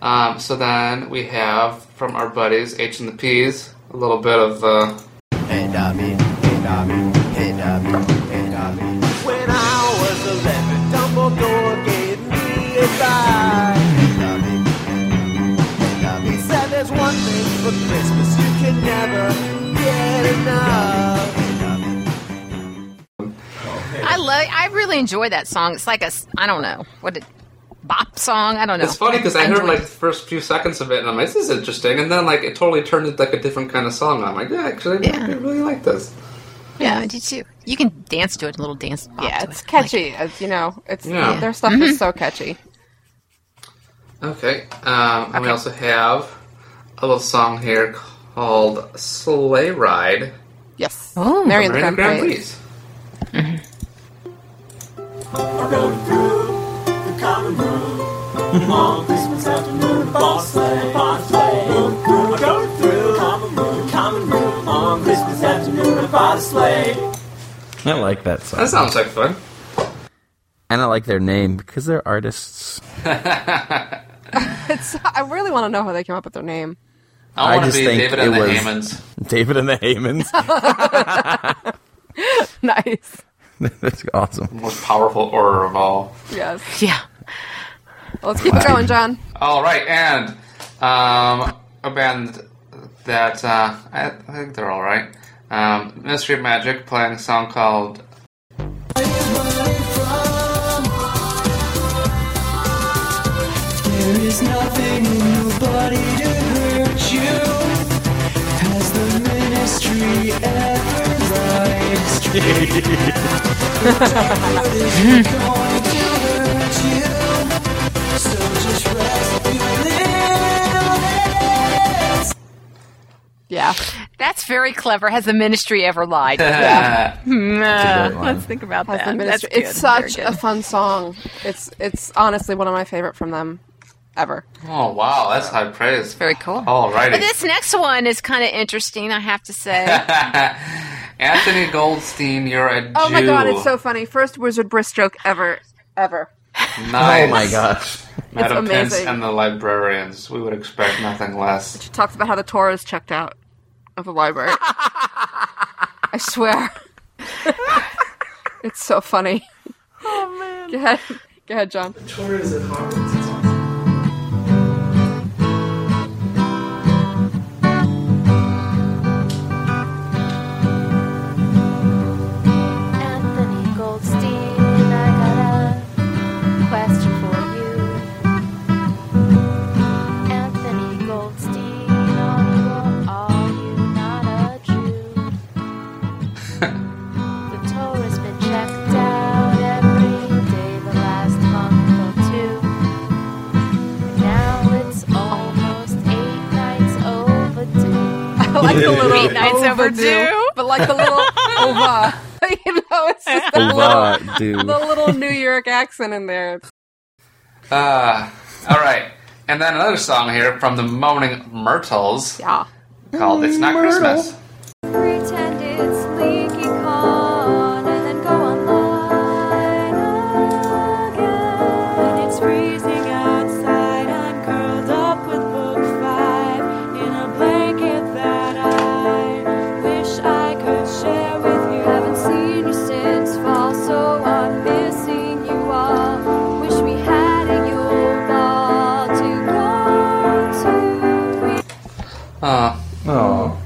Um, so then we have from our buddies H and the P's a little bit of. Uh, hey, Dobby. Hey, Dobby. Hey, Dobby. Hey, Dobby.
When I was 11, Dumbledore gave me advice. He said there's one thing for Christmas you can never get enough.
I love. I really enjoy that song. It's like a s- I don't know what it, bop song. I don't know.
It's funny because I heard
enjoy
like the
it.
first few seconds of it, and I'm like, "This is interesting," and then like it totally turned into like a different kind of song. I'm like, "Yeah, actually, I really like this."
yeah, I do too. You can dance to it, a little dance. Bop
Yeah,
to
it's catchy. as you know, it's
Yeah.
their stuff is so catchy.
Okay, um, and we also have a little song here called "Sleigh Ride."
Yes.
Oh,
Mary and the Grand
Prix.
I rode through the common room on Christmas afternoon. Boss sleigh, boss sleigh. Rode through, I rode through the common room, the common room on Christmas afternoon. I bought a sleigh.
I like that song.
That sounds like fun.
And I like their name because they're artists.
It's I really want to know how they came up with their name.
I wanna be David and the Haymans.
David and the Haymans.
nice.
That's awesome.
Most powerful order of all.
Yes.
Yeah.
Let's keep it going, John.
All right, and um, a band that uh, I, I think they're all right. Um, Mystery of Magic playing a song called
There is nothing in your body to hurt you. Has the ministry ever lied? It's going to
Yeah.
That's very clever. Has the ministry ever lied?
Yeah.
Hmm,
That's a great
uh,
one.
let's think about
Has the
that. That's
ministry- it's
good. Very
such
good.
a fun song. It's it's honestly one of my favorite from them ever.
Oh wow, that's high praise.
Very cool.
Oh,
All
But
righty.
this next one is kind of interesting, I have to say.
Anthony Goldstein, you're a Jew.
Oh my god, it's so funny. First wizard breaststroke ever ever.
nice.
Oh my gosh.
Madam Pence
amazing.
and the librarians. We would expect nothing less.
She talks about how the Torah is checked out of the library. I swear. it's so funny. Oh man. Go ahead. Go ahead, John.
Torah is at Hogwarts.
Anthony Goldstein, I got a question for you. Anthony Goldstein, are you, are you not a Jew? the Torah's been checked out every day the last month or two. And now it's almost eight nights overdue.
I like the little
Eight nights overdue.
but like the little ova. you know, it's just the
Ova,
little,
dude.
the little New York accent in there.
Uh, all right. And then another song here from the Moaning Myrtles
Yeah.
called It's Not
Myrtle.
Christmas.
Pretend it's leaky corn and then go online again. When it's freezing outside, I'm curled up with book five in a blanket that I wish I could share with you. Haven't seen you since fall, so I'm missing you all. Wish we had a Yule ball to go to.
Oh.
Oh.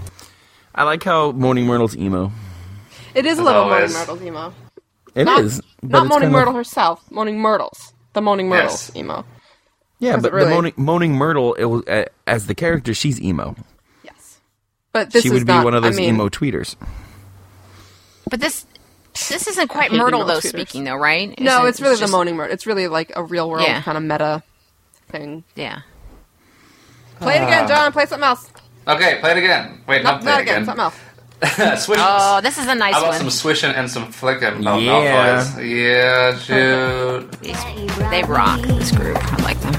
I like how Morning Myrtle's emo.
It is a
As
little
always.
Moaning Myrtle's emo.
It is,
not,
but
not
it's
Moaning
kinda-
Myrtle herself. Moaning Myrtles. The Moaning Myrtles
Yes.
emo.
Yeah,
Is
but
it really?
the moaning, moaning Myrtle, it was, uh, as the character, she's emo.
But this
she
is
would be
not,
one of
I
those
mean-
emo tweeters.
But this this isn't
I
quite
hate
Myrtle
emo
though
tweeters.
speaking though, right?
No,
Isn't-
it's really the
just-
Moaning Myrtle. It's really like a real world
Yeah.
kind of meta thing.
Yeah.
Play it
Ah.
again, John. Play something else.
Okay, play it again. Wait,
Not,
not,
not
play
again.
it
Something else.
again. Swish.
Oh, this is a nice
How about
one.
some swishing and some flicking? No,
Yeah.
no, boys. Yeah, shoot.
These- They rock this group. I like them.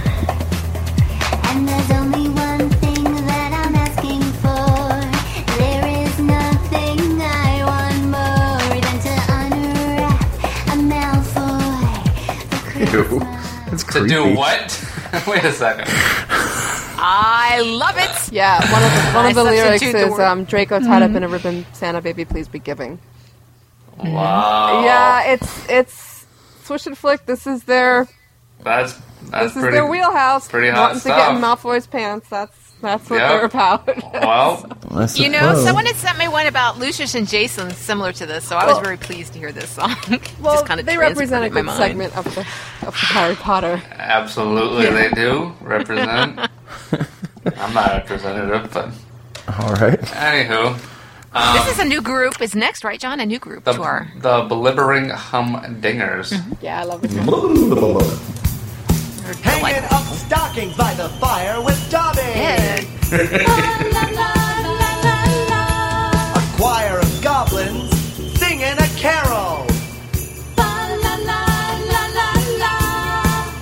And there's only one thing that I'm asking for. There is nothing I want more than to unwrap a Malfoy.
Ew. To do what? Wait a second.
I love it.
Yeah, one of the, one of the
I
lyrics
substitute the
is
word-
um, Draco tied up
Mhm.
in a ribbon. Santa baby, please be giving.
Oh.
Wow.
Yeah, it's it's Swish and Flick. This is their
That's that's
this is
pretty.
their wheelhouse.
pretty hot
Wanting to get in
stuff.
Malfoy's pants. That's that's what
Yep.
they're about.
Well,
You know, someone had sent me one about Lucius and Jason similar to this, so I was very pleased to hear this song.
well,
Just kinda
they
transported
represent a
my
good
mind.
segment of the of the Harry Potter.
absolutely
Yeah.
they do represent. I'm not a representative, but
All right.
anywho, um,
This is a new group. Is next, right, John? A new group
the
to our
the belibbering humdingers.
Mm-hmm.
Yeah, I love
Hanging up stockings by the fire with Dobby. a choir of goblins singing a carol.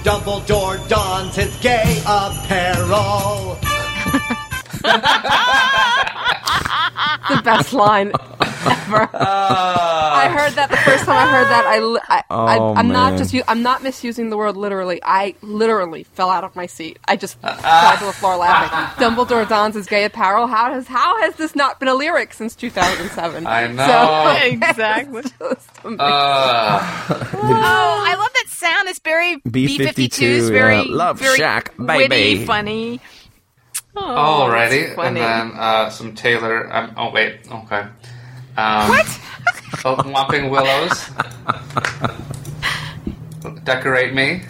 Dumbledore dons his gay apparel.
the best line ever. I
Ah.
heard that the first time I heard that I, li- I,
Oh,
I am not
man.
just u- I'm not misusing the word literally. I literally fell out of my seat. I just
Ah.
fell to the floor laughing. Dumbledore dons his gay apparel. How has how has this not been a lyric since 2007?
I know.
exactly.
Uh,
Oh, I love that sound. It's very
B-52,
B-52s, very
yeah. Love
very
Shack,
witty,
baby.
funny. Oh,
Alrighty,
that's funny.
and then uh, some Taylor. Um, oh wait, okay. Um,
What?
oh, Whopping willows. Decorate me.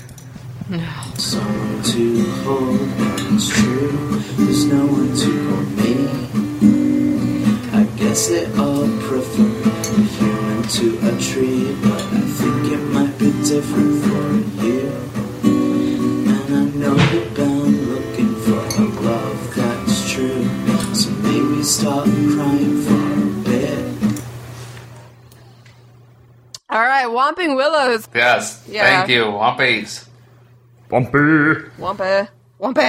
Someone to hold, it's true. There's no one to hold me. I guess they all prefer a human to a tree, but I think it might be different for you. And I know you're bound looking for a love that's true. So maybe start
Whomping Willows.
Yes.
Yeah.
Thank you, Wumpies.
Bumpy.
Wampa. Wampa.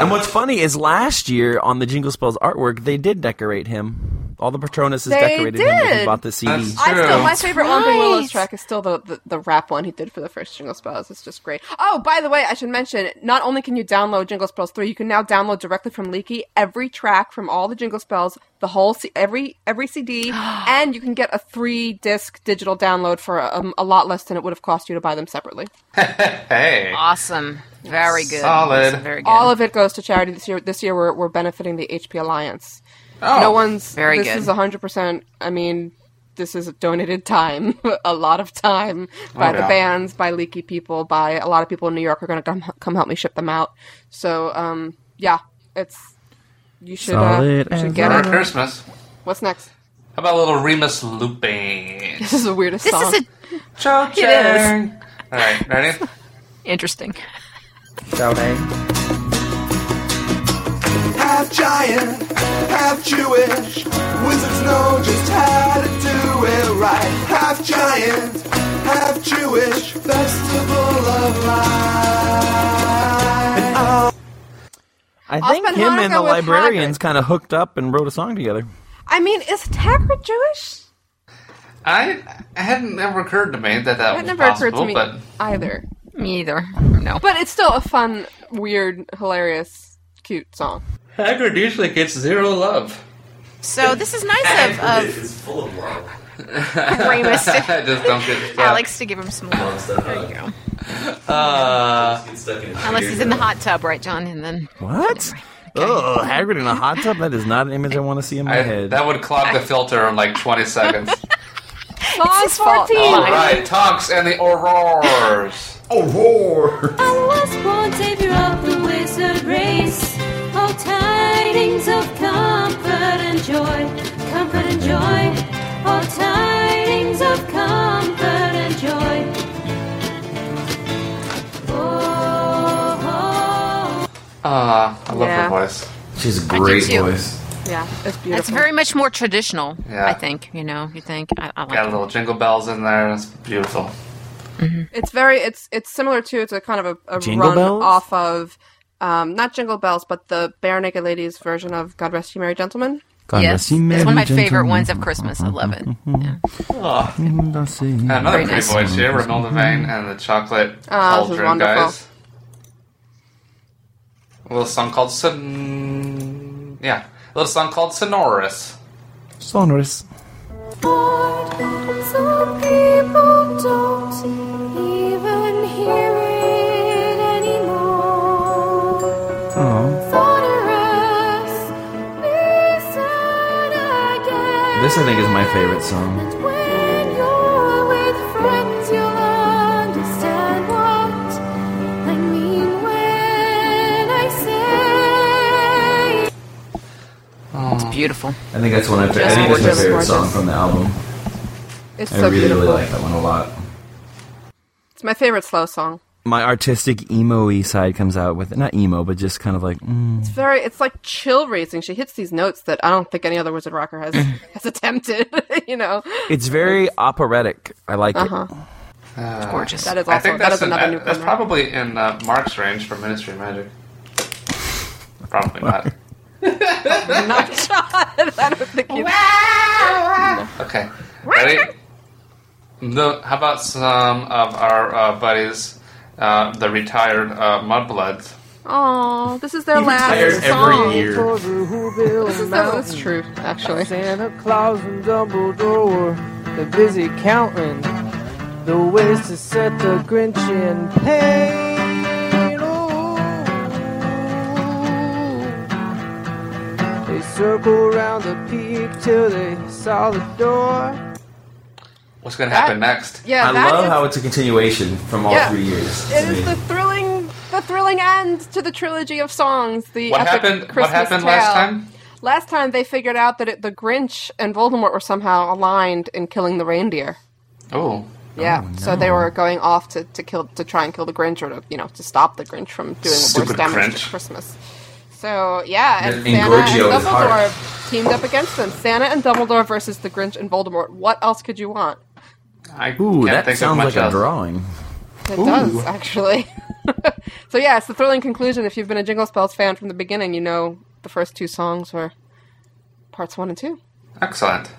and what's funny is last year on the Jingle Spells artwork, they did decorate him. All the Patronus is
They
decorated him when he
did.
bought the CD.
I still, my
That's
favorite Whomping
right.
Willows track is still the, the, the rap one he did for the first Jingle Spells. It's just great. Oh, by the way, I should mention, not only can you download Jingle Spells 3, you can now download directly from Leaky every track from all the Jingle Spells, the whole, C- every every CD, and you can get a three disc digital download for um, a lot less than it would have cost you to buy them separately.
Hey.
Awesome. Very good.
Solid.
Very good.
All of it goes to charity this year. This year, we're, we're benefiting the HP Alliance.
Oh,
no one's.
very
this
good.
is 100%. I mean, this is donated time, a lot of time by
Oh,
the
yeah.
bands, by leaky people, by a lot of people in New York are going to come, come help me ship them out. So, um, yeah, it's. You should, uh,
Solid
you should
as
get
Merry
it.
Christmas.
What's next?
How about a little Remus Lupin?
This is the weirdest
This
song.
is a
Cho
It is.
All right, ready?
Interesting.
Half giant, half Jewish. Wizards know just how to do it right. Half giant, half Jewish. Festival of life.
I
I'll
think
spend
him and
Hanukkah
the
with
librarians kind of hooked up and wrote a song together.
I mean, is Taggart Jewish?
I it hadn't never occurred to me that that
That
was
never
possible,
occurred to me
but
either.
Me either. No.
But it's still a fun, weird, hilarious, cute song.
Hagrid usually gets zero love.
So this is nice of, of
full of love.
Remus to-
I just don't get
Alex to give him some love. There you go.
Uh,
Unless he's in the hot tub, right, John? And then
What? Oh, Hagrid in a hot tub? That is not an image I want to see in my
I-
head.
that would clog the filter in like 20 seconds.
Song
his fault.
14!
All right, Tonks and the Aurors.
Aurora.
I was born savior of the wizard race. All tidings of comfort and joy, comfort and joy. All tidings of comfort and joy. Oh,
Ah, I love
Yeah.
her voice.
She's a
great too. voice.
Yeah, it's beautiful.
that's very much more traditional.
Yeah.
I think you know. You think I, I like
Got a
it.
little jingle bells in there. It's beautiful.
It's very it's it's similar to it's a kind of a, a
Jingle
run
Bells?
off of um, not Jingle Bells, but the Bare Naked Ladies version of God Rest You Merry Gentlemen.
God
yes,
rest you
it's one of my
merry
favorite ones of
gentlemen.
Christmas. I love it.
Oh,
Mm, I see.
another
Very
pretty
nice. Mm-hmm.
voice here, Ramon Levine and the Chocolate
Ah, this is
Cauldron
wonderful.
guys. A little song called Son. Yeah, a little song called Sonorous.
Sonorous.
Some people don't even hear it anymore.
Oh.
Sonorous, listen again.
This, I think, is my favorite song.
When you're with friends, you'll understand what I mean when I say.
It's beautiful.
I think that's one of
Just think that's my gorgeous, favorite gorgeous. song
from the album.
It's so beautiful.
that one a lot.
It's my favorite slow song.
My artistic emo-y side comes out with it. Not emo, but just kind of like, mm,
It's very it's like chill raising. She hits these notes that I don't think any other wizard rocker has has attempted. you know,
it's very operatic. I like
uh huh.
Uh,
Gorgeous.
That is
I
also
think
that is
that's,
another
in,
new
that's probably in uh, Mark's range for Ministry of Magic. Probably not.
not John. I don't think you.
Okay. Ready? No, how about some of our uh, buddies, uh, the retired uh, Mudbloods?
Oh, this is their
it.
last song.
Every year,
This is their, that's true, actually.
Santa Claus and Dumbledore, they're busy counting the ways to set the Grinch in pain. Oh. They circle round the peak till they saw the door.
What's going to happen next?
Yeah,
I
that
love
is-
how it's a continuation from all
Yeah.
three years. to
It
me.
is the thrilling, the thrilling end to the trilogy of songs. The
What
epic
happened?
Christmas
What happened
tale.
last time?
Last time they figured out that it, the Grinch and Voldemort were somehow aligned in killing the reindeer.
Oh,
Yeah, so they were going off to, to kill to try and kill the Grinch or to you know to stop the Grinch from doing the worst
Stupid
damage
Grinch.
to Christmas. So yeah, and,
And
Santa and
Gorgio is hard.
Dumbledore teamed up against them. Santa and Dumbledore versus the Grinch and Voldemort. What else could you want?
I
Ooh,
can't
that
think of
sounds
much
like
else.
a drawing.
It
Ooh.
does, actually. so yeah, it's the thrilling conclusion. If you've been a Jingle Spells fan from the beginning, you know the first two songs were parts one and two.
Excellent.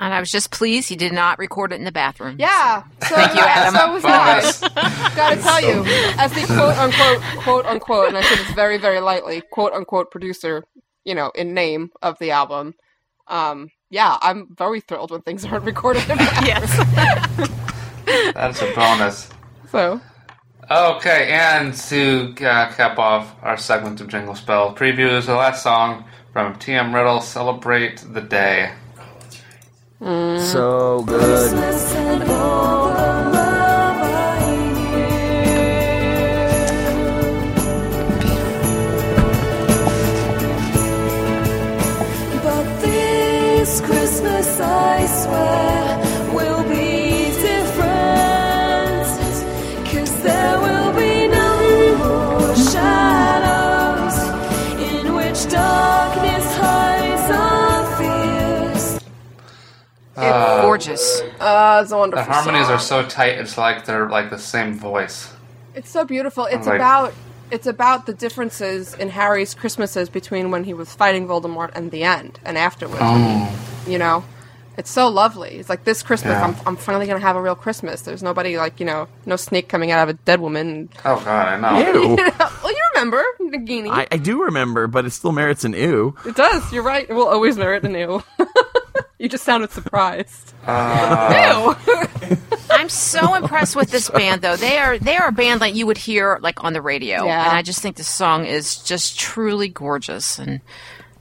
And I was just pleased he did not record it in the bathroom.
Yeah. So,
Thank you, Adam.
So was
Bonus.
I. Gotta tell you, as the quote unquote, quote unquote, and I say this very, very lightly, quote unquote producer, you know, in name of the album. Um, yeah, I'm very thrilled when things aren't recorded. yes.
That's a bonus.
so
Okay, and to uh, cap off our segment of Jingle Spell previews, the last song from TM Riddle, Celebrate the Day.
Mm-hmm.
So good.
But this Christmas, I swear, will be different. Cause there will be no more shadows in which darkness hides our fears.
Uh,
gorgeous.
Uh, it's a
The
wonderful.
harmonies
song.
are so tight, it's like they're like the same voice.
It's so beautiful. It's
Like-
about it's about the differences in Harry's Christmases between when he was fighting Voldemort and the end and afterwards.
Oh.
You know, it's so lovely. It's like this Christmas,
Yeah.
I'm I'm finally gonna have a real Christmas. There's nobody like you know, no snake coming out of a dead woman. And,
Oh god, I know.
You know, well, you remember Nagini.
I, I do remember, but it still merits an ew.
it does. You're right. It will always merit an ew. you just sounded surprised.
Uh,
I'm so impressed with this band, though. They are they are a band that you would hear like on the radio,
Yeah.
and I just think this song is just truly gorgeous. And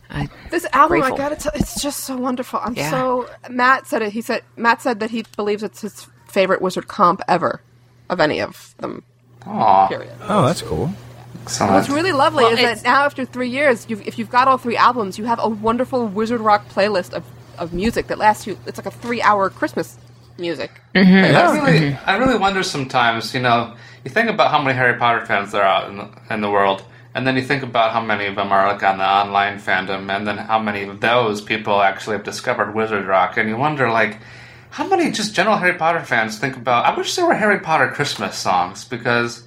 I,
This album,
Grateful.
I gotta tell, it's just so wonderful. I'm
Yeah.
so. Matt said it. He said Matt said that he believes it's his favorite Wizard comp ever, of any of them.
Aw.
Period.
Oh, that's cool.
What's really lovely
Well,
is
it's-
that now after three years, you've, if you've got all three albums, you have a wonderful Wizard Rock playlist of, of music that lasts you. It's like a three-hour Christmas music.
I really, I really wonder sometimes. You know, you think about how many Harry Potter fans there are out in the, in the world, and then you think about how many of them are like on the online fandom, and then how many of those people actually have discovered Wizard Rock, and you wonder like. How many just general Harry Potter fans think about? I wish there were Harry Potter Christmas songs because,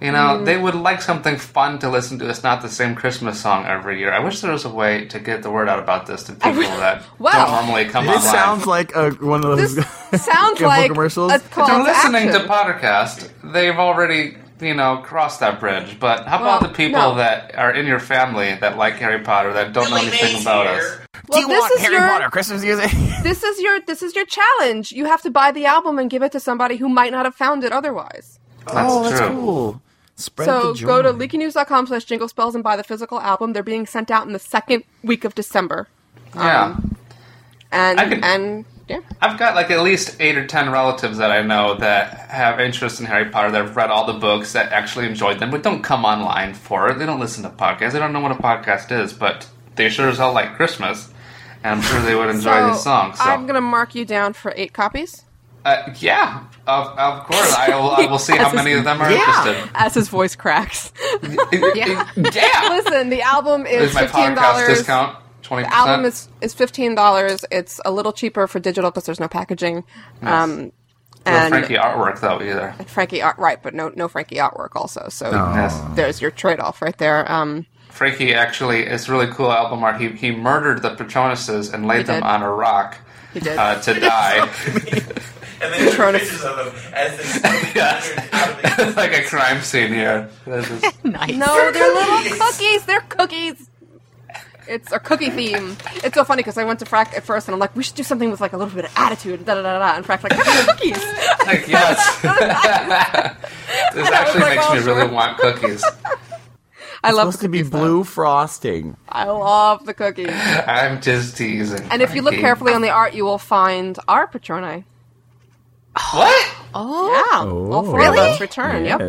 you know, they would like something fun to listen to. It's not the same Christmas song every year. I wish there was a way to get the word out about this to people that
Wow.
don't normally come
It
online.
sounds like a, one of those
Sounds
Gimple
like
commercials?
a
If
call
they're
to
listening
action.
to Pottercast, they've already, you know, crossed that bridge. But how about
Well,
the people
no.
that are in your family that like Harry Potter that don't know anything about us?
Well, this is your-
Christmas music?
This is your this is your challenge. You have to buy the album and give it to somebody who might not have found it otherwise.
That's
oh, that's
true.
cool. Spread
so
the joy.
go to leakynews.com slash jingle spells and buy the physical album. They're being sent out in the second week of December. Um,
Yeah.
And
I could-
and yeah.
I've got like at least eight or ten relatives that I know that have interest in Harry Potter, that have read all the books, that actually enjoyed them, but don't come online for it. They don't listen to podcasts. They don't know what a podcast is, but they sure as hell like Christmas. And I'm sure they would enjoy
so
this song. So
I'm gonna mark you down for eight copies.
uh, yeah, of, of course. I will, I will see how many of them are interested.
As his voice cracks.
yeah. yeah.
Listen, the album is
Is my
fifteen
podcast
dollars.
discount twenty
The album
percent?
is, is fifteen dollars. It's a little cheaper for digital because there's no packaging. Um,
No
and
Frankie artwork though either.
Frankie art right, but no no Frankie artwork also. So
Yes.
there's your trade off right there. Um,
Frankie actually it's really cool album art. He he murdered the Patronuses and laid
He
them
did.
on a rock
he did.
uh, to die.
And then there's
Patronus.
pictures of them as they
It's like a crime scene here. This is-
nice.
No, they're little cookies. They're cookies. It's a cookie theme. It's so funny because I went to Frack at first and I'm like, we should do something with like a little bit of attitude. Da da da da. And Frack's like, cookies.
like, yes. this actually
like,
makes
oh,
me really want cookies.
I love.
supposed to be blue frosting.
I love the cookies.
I'm just teasing.
And if you look
Frankie.
carefully on the art, you will find our Patroni.
What?
Oh. Yeah, all four of us return. Yep.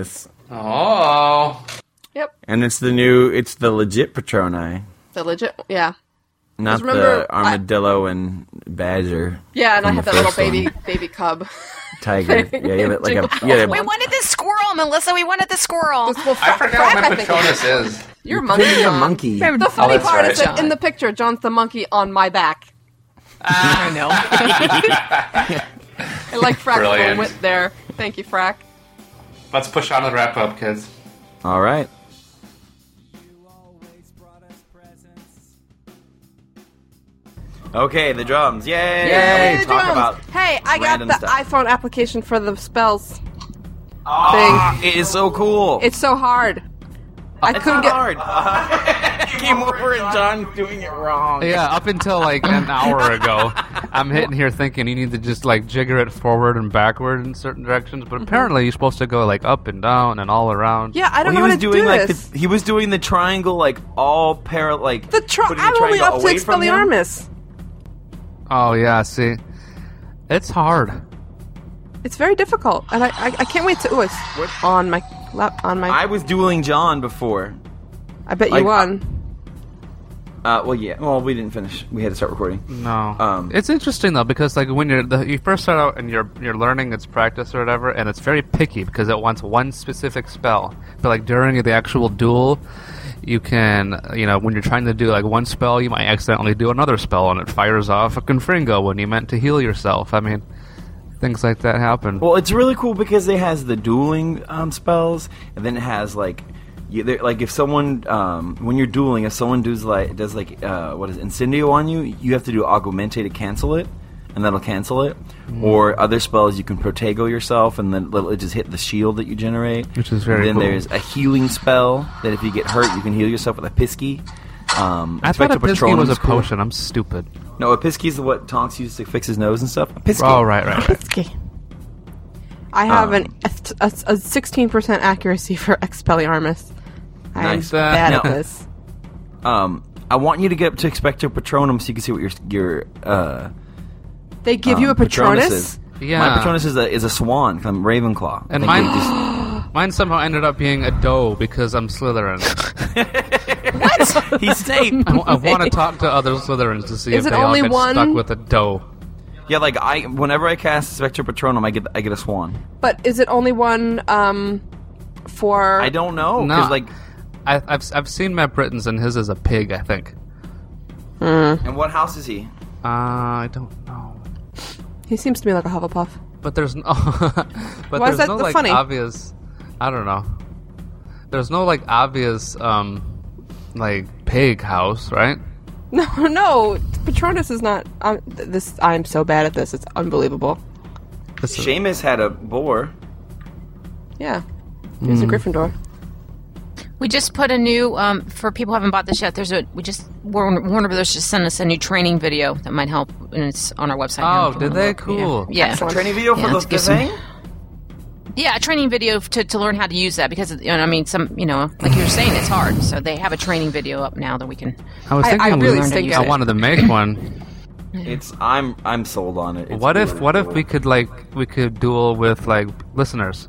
Oh. Yes.
Oh.
And it's the new. It's the legit Patroni,
The legit. Yeah.
not
remember,
the armadillo and badger.
Yeah, and I
from
had
the
that little
first one.
baby baby cub.
tiger. Yeah, you have like a
Jingle
yeah.
we wanted the squirrel, Melissa. We wanted the squirrel.
I forgot what my Patronus is.
You're a
Could
monkey.
be a
John.
monkey.
The funny
Oh, that's
part
right.
is that in the picture,
Ah.
John's the monkey on my back.
I know.
And like Frack
Brilliant.
went there. Thank you, Frack.
Let's push on to the wrap up, kids.
All right. Okay, the drums. Yay!
Yay,
Talk
drums.
about
hey, I got
random
the
stuff.
iPhone application for the spells.
Ah, it is so cool.
It's so hard. I
It's
couldn't
not
get
hard. Came over and John doing it wrong.
Yeah, up until like an hour ago, I'm hitting here thinking you need to just like jigger it forward and backward in certain directions, but apparently you're supposed to go like up and down and all around.
Yeah, I don't
he
know how
was
to
doing
do
like
this.
The, he was doing the triangle like all parallel like
the tri-
putting
I'm
the
only
triangle
up to
away from him.
Expelliarmus.
Oh yeah, see, it's hard.
It's very difficult, and I, I, I can't wait to. Ooh, it's on my lap on my.
I was dueling John before.
I bet you
like,
won.
Uh, well, yeah. Well, we didn't finish. We had to start recording.
No,
Um,
it's interesting though because like when you're the, you first start out and you're you're learning its practice or whatever, and it's very picky because it wants one specific spell. But like during the actual duel, you can you know when you're trying to do like one spell, you might accidentally do another spell and it fires off a confringo when you meant to heal yourself. I mean, things like that happen.
Well, it's really cool because it has the dueling um, spells, and then it has like, you, there- like if someone um, when you're dueling, if someone does like does like uh, what is it, incendio on you, you have to do augmente to cancel it, and that'll cancel it.
Mm.
Or other spells, you can protego yourself, and then it'll it'll just hit the shield that you generate.
Which is very
And then
cool.
there's a healing spell that if you get hurt, you can heal yourself with a pisky. Um,
I thought
Expecto
a pisky
Patronum's
was a
cool.
potion. I'm stupid.
No, a pisky is what Tonks uses to fix his nose and stuff. A pisky.
Oh, right, right, right.
I have
Um,
an a sixteen percent accuracy for Expelliarmus. I'm
Nice.
bad at
Now-
this.
Um, I want you to get up to Expecto Patronum so you can see what your your uh,
They give
um,
you a Patronus.
is.
Yeah.
my Patronus is a is a swan. 'cause I'm Ravenclaw,
And
Like,
mine,
they just-
mine somehow ended up being a doe because I'm Slytherin.
what? He's safe.
I, want to talk to other Slytherins to see
Is
if
it
they all
only
get
one?
stuck with a doe.
yeah, like I whenever I cast Expecto Patronum, I get I get a swan.
But is it only one um for
I don't know. 'cause,
No,
like,
I, I've I've seen Matt Britton's and his is a pig, I think.
and what house is he?
Uh, I don't know,
He seems to me like a Hufflepuff.
but there's no, but
Why is
there's
that
no
the
like
funny?
obvious. I don't know. There's no like obvious um, like pig house, right?
No, no, Patronus is not. Um, th- this I'm so bad at this. It's unbelievable.
Seamus had a boar.
Yeah, he's a
Mm.
Gryffindor.
We just put a new um, for people who haven't bought this yet. There's a we just Warner, Warner Brothers just sent us a new training video that might help, and it's on our website. now
Oh,
if you
did
wanna
they?
look.
Cool.
Yeah, yeah.
A training video for
Yeah,
the,
to give
the
some-
thing.
Yeah, a training video to, to learn how to use that because you know, I mean, some you know, like you were saying, it's hard. So they have a training video up now that we can.
I was thinking we-
learned how to use
I
it.
wanted to make one.
It's I'm I'm sold on it. It's
what if
really
what if
cool.
we could like we could duel with like listeners?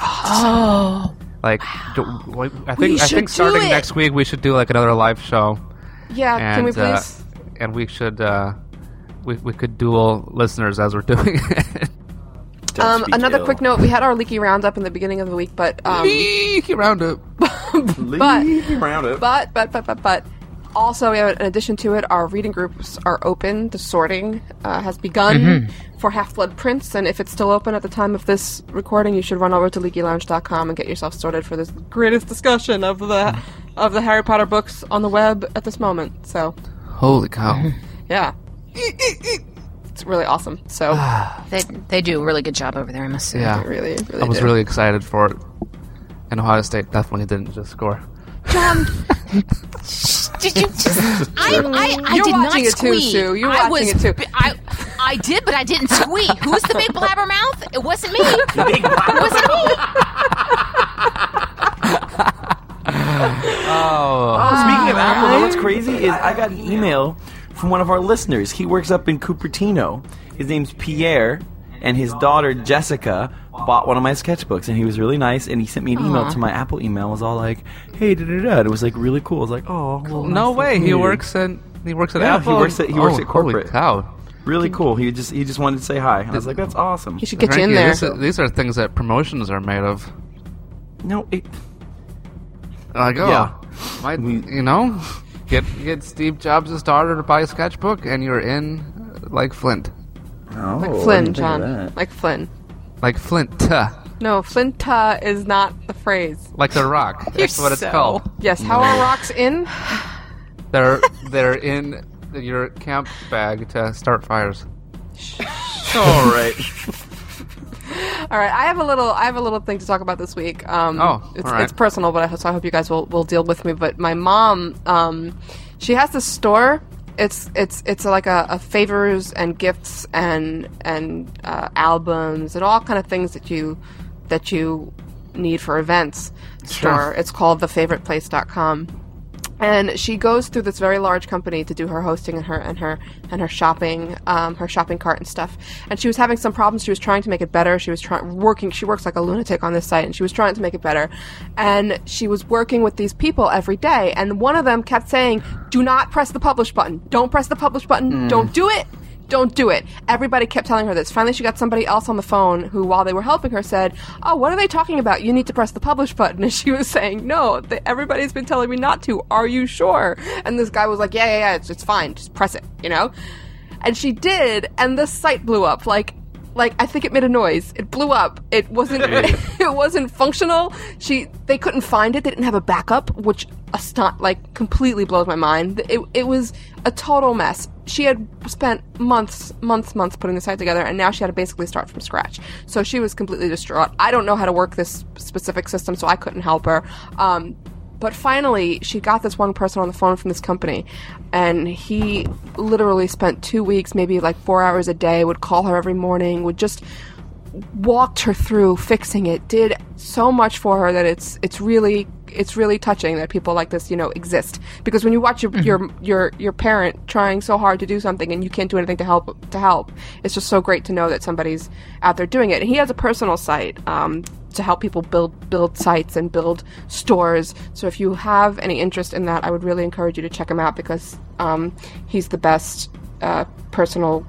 Oh,
Like, do, wait, I
We
think I
should
think
do
starting
it!
next week we should do like another live show.
Yeah, can we
uh,
please?
and we should uh, we we could duel listeners as we're doing it.
Um, another quick note: we had our leaky roundup in the beginning of the week, but um,
leaky roundup.
but
round
But but but but but also, we have, in addition to it, our reading groups are open. The sorting uh, has begun
Mhm.
Mm-hmm.
for Half Blood Prince, and if it's still open at the time of this recording, you should run over to leakylounge.com and get yourself sorted for this greatest discussion of the of the Harry Potter books on the web at this moment. So
Holy cow!
yeah, it's really awesome. So
Ah,
they they do a really good job over there. I must say.
Yeah,
really,
I was really excited for it. And Ohio State definitely didn't just score.
John,
did you just? I, I, I
You're
did not
watching it too,
squeak.
Sue. You're
I
watching
was,
it too.
I, I did, but I didn't squeak. Who's the big blabbermouth? It wasn't me. It wasn't me.
Oh, speaking of Apple, though, what's crazy is I got an email from one of our listeners. He works up in Cupertino. His name's Pierre, and his daughter Jessica bought one of my sketchbooks, and he was really nice. And he sent me an email
Aw.
to my Apple email. It was all like, "Hey, da da da." It was like really cool. I was like, "Oh, well,
No
nice
way.
talking
He
to you."
works in he works at
yeah,
Apple.
He works at he works
Oh,
at
Holy
corporate.
cow!
Really cool. He just he just wanted to say hi. And I was like, "That's awesome." He
should
Frankie, this is- these are things that promotions are made of.
no, it,
Like, oh,
Yeah.
my- you know, get get Steve Jobs' daughter to buy a sketchbook, and you're in like Flint.
Oh,
like Flynn, John. Like Flynn.
Like Flint. uh,
No, Flinta is not the phrase.
Like the rock. That's what it's called.
Yes, how are rocks in?
They're they're in your camp bag to start fires.
All right.
All right, I have a little. I have a little thing to talk about this week. Um,
Oh,
it's,
all right.
it's personal, but I, so I hope you guys will, will deal with me. But my mom, um, she has this store. It's it's it's like a, a favors and gifts and and uh, albums and all kind of things that you that you need for events
Sure.
store. It's called thefavoriteplace.com. And she goes through this very large company to do her hosting and her and her and her shopping, um, her shopping cart and stuff. And she was having some problems. She was trying to make it better. She was trying working. She works like a lunatic on this site, and she was trying to make it better. And she was working with these people every day. And one of them kept saying, "Do not press the publish button. Don't press the publish button.
Mm.
Don't do it." Don't do it. Everybody kept telling her this. Finally, she got somebody else on the phone who, while they were helping her, said, Oh, what are they talking about? You need to press the publish button. And she was saying, No, th- everybody's been telling me not to. Are you sure? And this guy was like, Yeah, yeah, yeah, it's, it's fine. Just press it, you know? And she did, and the site blew up. Like, like I think it made a noise. It blew up. It wasn't. it wasn't functional. She. They couldn't find it. They didn't have a backup, which aston- like completely blows my mind. It. It was a total mess. She had spent months, months, months putting the site together, and now she had to basically start from scratch. So she was completely distraught. I don't know how to work this specific system, so I couldn't help her. Um, but finally, she got this one person on the phone from this company, and he literally spent two weeks, maybe like four hours a day, would call her every morning, would just walked her through fixing it, did so much for her that it's it's really it's really touching that people like this you know exist because when you watch your your, your your parent trying so hard to do something and you can't do anything to help to help it's just so great to know that somebody's out there doing it and he has a personal site um, to help people build build sites and build stores so if you have any interest in that i would really encourage you to check him out because um, he's the best uh, personal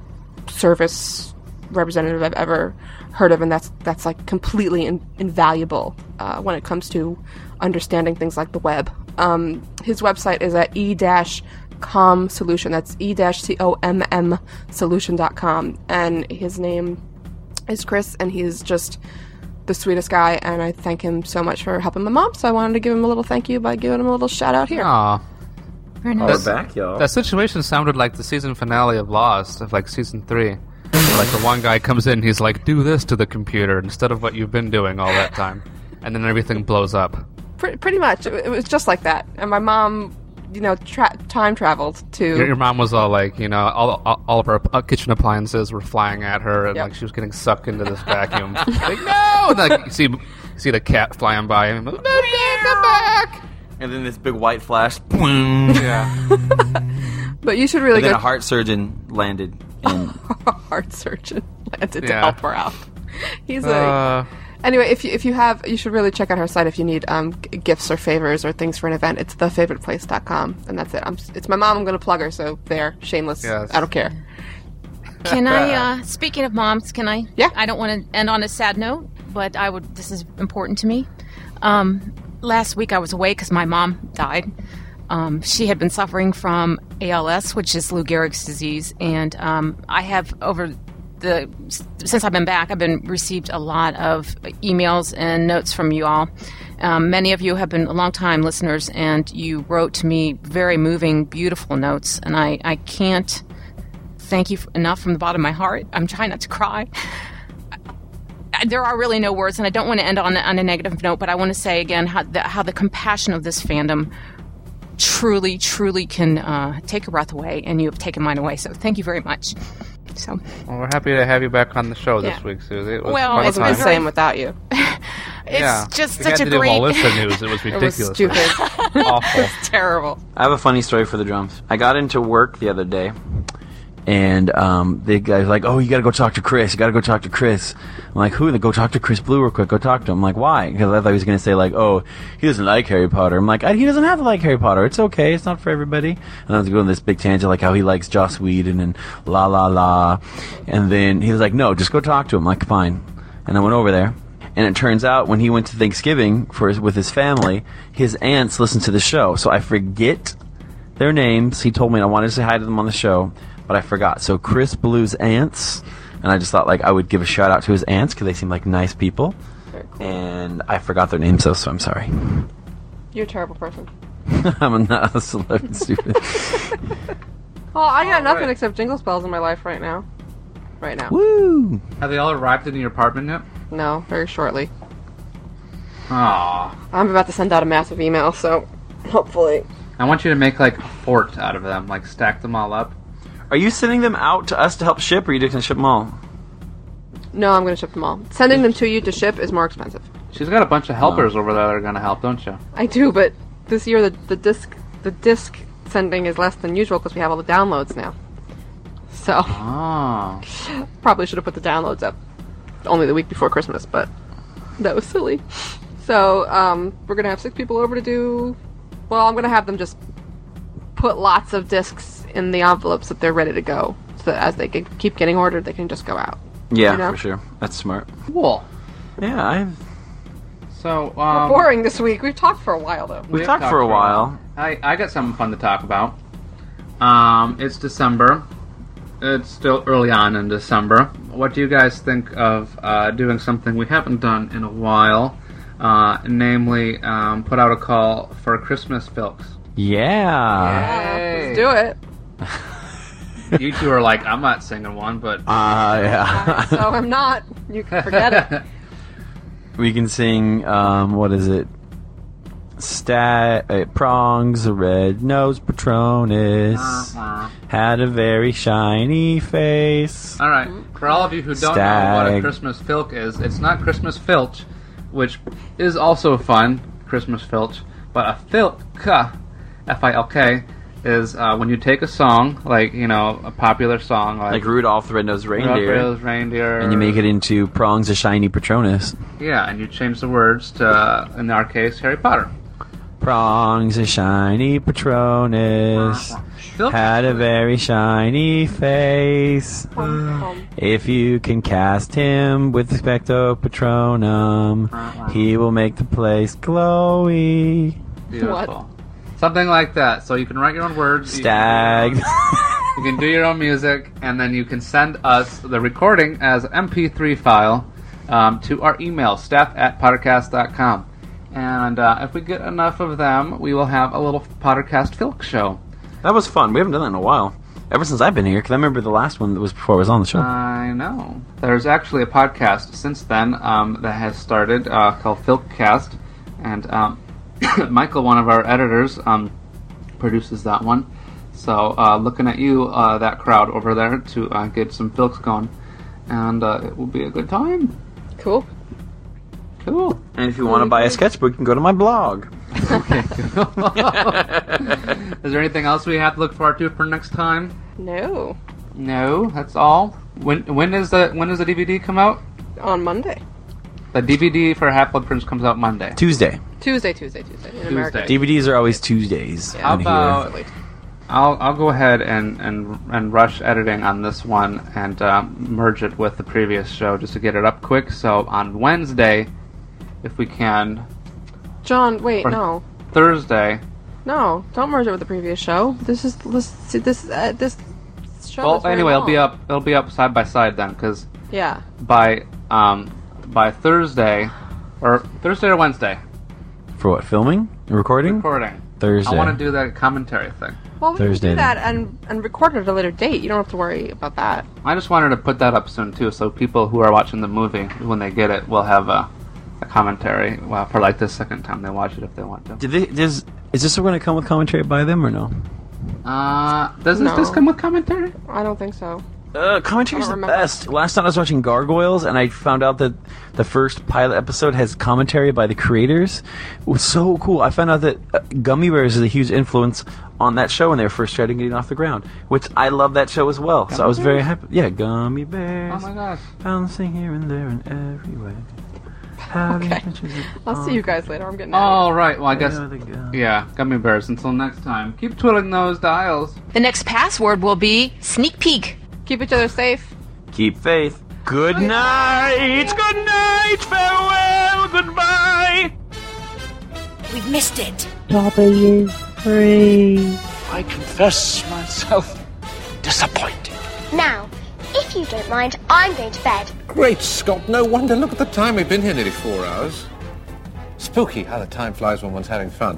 service representative I've ever heard of, and that's that's like completely in, invaluable uh, when it comes to understanding things like the web. Um, his website is at e-com solution. That's e-c-o-m-m solution.com, and his name is Chris, and he's just the sweetest guy, and I thank him so much for helping my mom. So I wanted to give him a little thank you by giving him a little shout out here.
Aw.
Very
Oh,
That's-
we're back, y'all.
That situation sounded like the season finale of Lost, of like season three. Where, like the one guy comes in, he's like, "Do this to the computer instead of what you've been doing all that time," and then everything blows up.
Pre- pretty much, it, it was just like that, and my mom, you know, tra- time traveled to.
Your, your mom was all like, you know, all, all, all of her uh, kitchen appliances were flying at her, and
Yep.
like she was getting sucked into this vacuum. like no, and, like you see, you see the cat flying by, and,
And then this big white flash. boom.
Yeah.
But you should really
and then
go
a heart surgeon landed. In.
heart surgeon landed to
Yeah.
help her out. He's a
Uh.
anyway. If you if you have, you should really check out her site if you need um, g- gifts or favors or things for an event. It's thefavoriteplace.com, and that's it. I'm, s- it's my mom. I'm going to plug her. So there, shameless.
Yes.
I don't care.
Can I? Uh, speaking of moms, can I?
Yeah.
I don't want to end on a sad note, but I would. This is important to me. Um, last week I was away because my mom died. Um, she had been suffering from ALS, which is Lou Gehrig's disease, and um, I have over the since I've been back, I've been received a lot of emails and notes from you all. Um, many of you have been longtime listeners, and you wrote to me very moving, beautiful notes, and I, I can't thank you f- enough from the bottom of my heart. I'm trying not to cry. I- There are really no words, and I don't want to end on, on a negative note, but I want to say again how the, how the compassion of this fandom truly, truly can uh, take a breath away, and you have taken mine away. So thank you very much. So
Well, we're happy to have you back on the show this
Yeah.
week, Susie. It was
Well,
quite a
it's
time.
been the same
without you.
it's
yeah.
just
we
such
had
a
to
great.
do Melissa news. It was
It
ridiculous.
was stupid.
Awful.
Terrible.
I have a funny story for the drums. I got into work the other day, and um, the guy's like, "Oh, you got to go talk to Chris. You got to go talk to Chris." I'm like, "Who?" They go talk to Chris Blue real quick. Go talk to him. I'm like, "Why?" Because I thought he was gonna say like, "Oh, he doesn't like Harry Potter." I'm like, "He doesn't have to like Harry Potter. It's okay. It's not for everybody." And I was going on this big tangent like how he likes Joss Whedon and la la la, and then he was like, "No, just go talk to him." I'm like, fine. And I went over there. And it turns out when he went to Thanksgiving for his, with his family, his aunts listened to the show. So I forget their names. He told me I wanted to say hi to them on the show, but I forgot. So Chris Blue's aunts and I just thought like I would give a shout out to his aunts because they seem like nice people. And I forgot their names though, so I'm sorry.
You're a terrible person.
I'm not a celebrity stupid.
Well, Oh, I got
All
nothing
right.
except jingle spells in my life right now. Right now.
Woo!
Have they all arrived in your apartment yet?
No, very shortly.
Aww.
I'm about to send out a massive email, so hopefully.
I want you to make like a fort out of them, like stack them all up.
Are you sending them out to us to help ship, or are you just gonna ship them all?
No, I'm going to ship them all. Sending them to you to ship is more expensive.
She's got a bunch of helpers
Oh.
over there that are gonna help, don't you?
I do, but this year the, the disc the disc sending is less than usual because we have all the downloads now. So
Oh.
probably should have put the downloads up only the week before Christmas, but that was silly. So um, we're gonna have six people over to do. Well, I'm gonna have them just put lots of discs in the envelopes that they're ready to go, so that as they get, keep getting ordered, they can just go out.
Yeah,
You know?
for sure. That's smart.
Cool.
Yeah, I've
So
We're
um,
boring this week. We've talked for a while though.
We've talked for a while.
I, I got something fun to talk about. Um, it's December. It's still early on in December. What do you guys think of uh, doing something we haven't done in a while? Uh, namely, um, put out a call for Christmas filks.
Let's
yeah.
do it.
you two are like, I'm not singing one, but
Uh, yeah.
So I'm not. You can forget it.
we can sing. Um, what is it? Stat uh, prongs a red nose patronus
Uh-huh.
had a very shiny face.
All right. For all of you who don't know what a
Stag.
Christmas filch is, it's not Christmas filch, which is also fun, Christmas filch, but a filk, uh, F I L K, is uh, when you take a song, like, you know, a popular song, like,
Like Rudolph the Red-Nosed Reindeer,
Rudolph the Reindeer.
and you make it into prongs a shiny patronus.
Yeah, and you change the words to, uh, in our case, Harry Potter.
Prongs a shiny patronus
Filch-
had a very shiny face. If you can cast him with Specto Patronum, he will make the place glowy.
Beautiful. Something like that. So you can write your own words. you can do
Stag.
your own- You can do your own music, and then you can send us the recording as MP3 file um, to our email, staff at pottercast.com. And uh, if we get enough of them, we will have a little Pottercast Filk show.
That was fun. We haven't done that in a while. Ever since I've been here, because I remember the last one that was before I was on the show.
I know. There's actually a podcast since then um, that has started uh, called Filkcast, and um, Michael, one of our editors, um, produces that one. So, uh, looking at you, uh, that crowd over there, to uh, get some Filks going, and uh, it will be a good time.
Cool.
Cool.
and if you want to buy a sketchbook, you can go to my blog.
Is there anything else we have to look forward to for next time?
No.
No, that's all. When when is the when does the DVD come out?
On Monday.
The DVD for Half Blood Prince comes out Monday.
Tuesday.
Tuesday, Tuesday, Tuesday. In America.
DVDs are always Tuesdays.
How
on here.
about I'll I'll go ahead and and and rush editing on this one and um, merge it with the previous show just to get it up quick. So on Wednesday, if we can,
John, wait,
Or-
no.
Thursday.
No, don't merge it with the previous show. This is this see, this uh, this show. is
Well,
very
anyway, it'll be
long.
up it'll be up side by side then because
Yeah.
by um by Thursday or Thursday or Wednesday
For what? Filming? Recording?
recording.
Thursday.
I want to do that commentary thing.
Well, we
Thursday
can do that
then.
and and record it at a later date. You don't have to worry about that.
I just wanted to put that up soon too, so people who are watching the movie, when they get it, will have a, a commentary well, for like the second time they watch it if they want to.
Did they, does, is this going to come with commentary by them or no?
Uh, doesn't
No.
this come with commentary?
I don't think so.
Uh, commentary's the best. Last night I was watching Gargoyles, and I found out that the first pilot episode has commentary by the creators. It was so cool. I found out that uh, Gummy Bears is a huge influence on that show when they were first starting getting off the ground, which I love that show as well. so I was very
Bears?
happy. Yeah, Gummy Bears.
Oh my gosh.
Bouncing here and there and everywhere.
Okay. I'll
Uh,
see you guys later. I'm getting. out of
All right. Well, I guess.
Another
Yeah, gummy bears. Until next time, keep twiddling those dials.
The next password will be sneak peek.
Keep each other safe.
Keep faith. Good night. Good night. Farewell. Goodbye.
We've missed it.
W free.
I confess myself disappointed.
Now, if If you don't mind, I'm going to bed.
Great Scott, no wonder. Look at the time. We've been here nearly four hours. Spooky how the time flies when one's having fun.